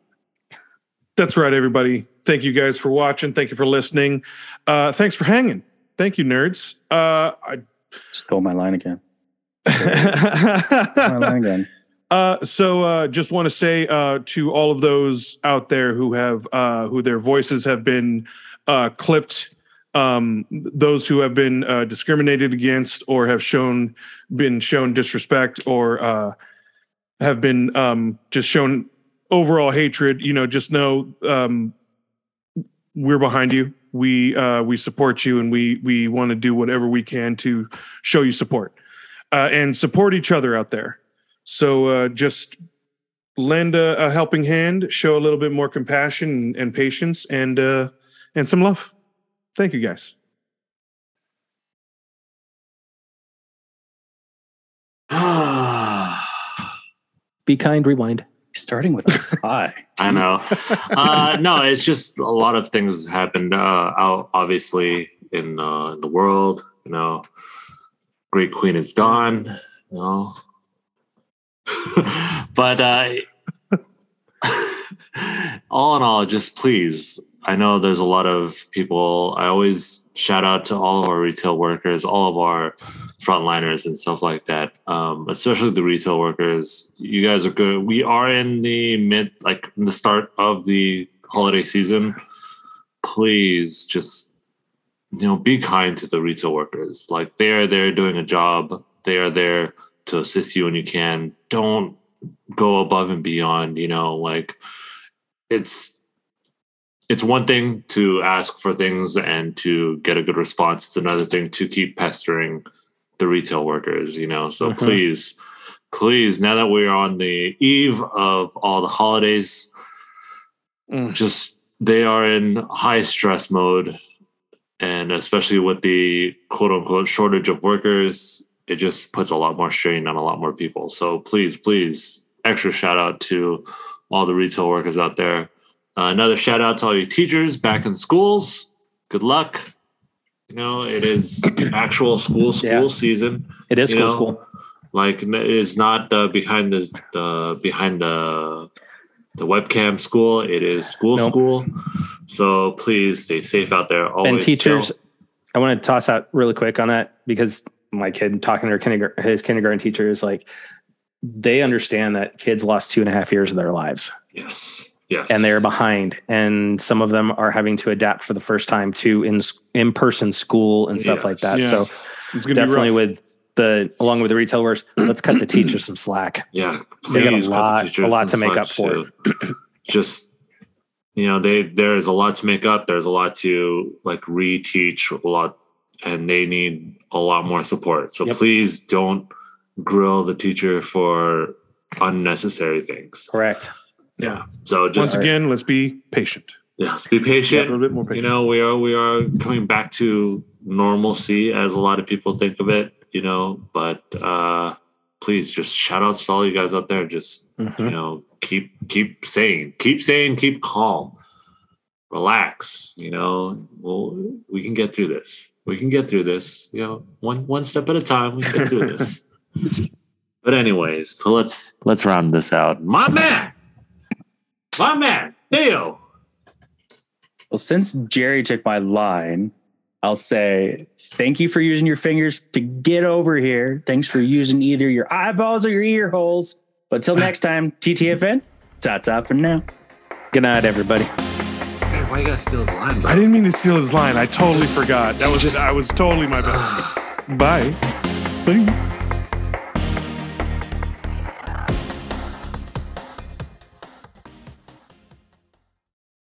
S2: That's right, everybody. Thank you guys for watching. Thank you for listening. Uh, thanks for hanging. Thank you, nerds. Uh, *laughs*
S3: Stole my line again. Stole my
S2: I
S3: line again.
S2: Uh, so uh, just want to say uh, to all of those out there who have uh, who their voices have been uh, clipped, um, those who have been uh, discriminated against or have shown been shown disrespect or uh, have been um, just shown overall hatred, you know, just know um, we're behind you. We uh, we support you, and we we want to do whatever we can to show you support uh, and support each other out there. So uh, just lend a, a helping hand, show a little bit more compassion and, and patience, and uh, and some love. Thank you, guys.
S1: Be kind, rewind.
S3: Starting with a *laughs* sigh.
S4: I know. Uh, no, it's just a lot of things happened uh, out, obviously, in, uh, in the world. You know, Great Queen is gone. You know, *laughs* but uh, *laughs* all in all, just please. I know there's a lot of people. I always shout out to all of our retail workers, all of our frontliners and stuff like that. Um, especially the retail workers. You guys are good. We are in the mid, like the start of the holiday season. Please just, you know, be kind to the retail workers. Like they are there doing a job. They are there to assist you when you can. Don't go above and beyond. You know, like it's it's one thing to ask for things and to get a good response. It's another thing to keep pestering the retail workers, you know. So
S1: Mhm.
S4: please, please, now that we're on the eve of all the holidays,
S2: Mm.
S4: just they are in high stress mode. And especially with the quote unquote shortage of workers, it just puts a lot more strain on a lot more people. So please, please, extra shout out to all the retail workers out there. Uh, another shout out to all your teachers back in schools. Good luck. You know, it is actual school school
S1: Yeah.
S4: season.
S1: It is
S4: You
S1: school
S4: know,
S1: school.
S4: Like n- it is not uh, behind the, the behind the the webcam school. It is school
S1: No.
S4: school. So please stay safe out there. Always
S1: and teachers,
S4: still.
S1: I want to toss out really quick on that because my kid talking to her kindergarten, his kindergarten teacher is like, they understand that kids lost two and a half years of their lives
S4: yes, yes,
S1: and they're behind, and some of them are having to adapt for the first time to in in person school and stuff like that.
S2: Yeah.
S1: So
S2: It's gonna
S1: definitely
S2: be rough.
S1: with the along with the retail workers, let's cut the teachers some slack.
S4: yeah.
S1: they got a
S4: please cut the
S1: lot- a
S4: teachers
S1: lot
S4: some
S1: to make
S4: slack
S1: up for.
S4: too. *clears throat* Just you know, they there is a lot to make up. There's a lot to like reteach a lot, and they need a lot more support. So
S1: Yep.
S4: please don't grill the teacher for unnecessary things.
S1: Correct.
S4: Yeah. So
S2: Once
S4: just
S1: Alright.
S2: again, let's be patient.
S4: yeah, just be
S2: Yeah, a
S4: patient.
S2: little bit more
S4: You
S2: patient.
S4: know, we are we are coming back to normalcy as a lot of people think of it. You know, but uh please just shout out to all you guys out there. Just you
S2: Mm-hmm.
S1: Mhm.
S4: know keep keep saying keep saying keep calm relax you know well, we can get through this we can get through this you know one one step at a time we can get through this but anyways so let's let's round this out my man my man Theo
S3: Well, since Jerry took my line, I'll say thank you for using your fingers to get over here. Thanks for using either your eyeballs or your ear holes. But
S1: *laughs*
S3: till next time, TTFN, ta ta for now.
S1: Good night, everybody.
S4: Man, why you gotta steal his line bro?
S2: I didn't mean to steal his line. I totally
S4: Just-
S2: forgot. That was
S4: just-
S2: I was totally my bad. Bye. Bye.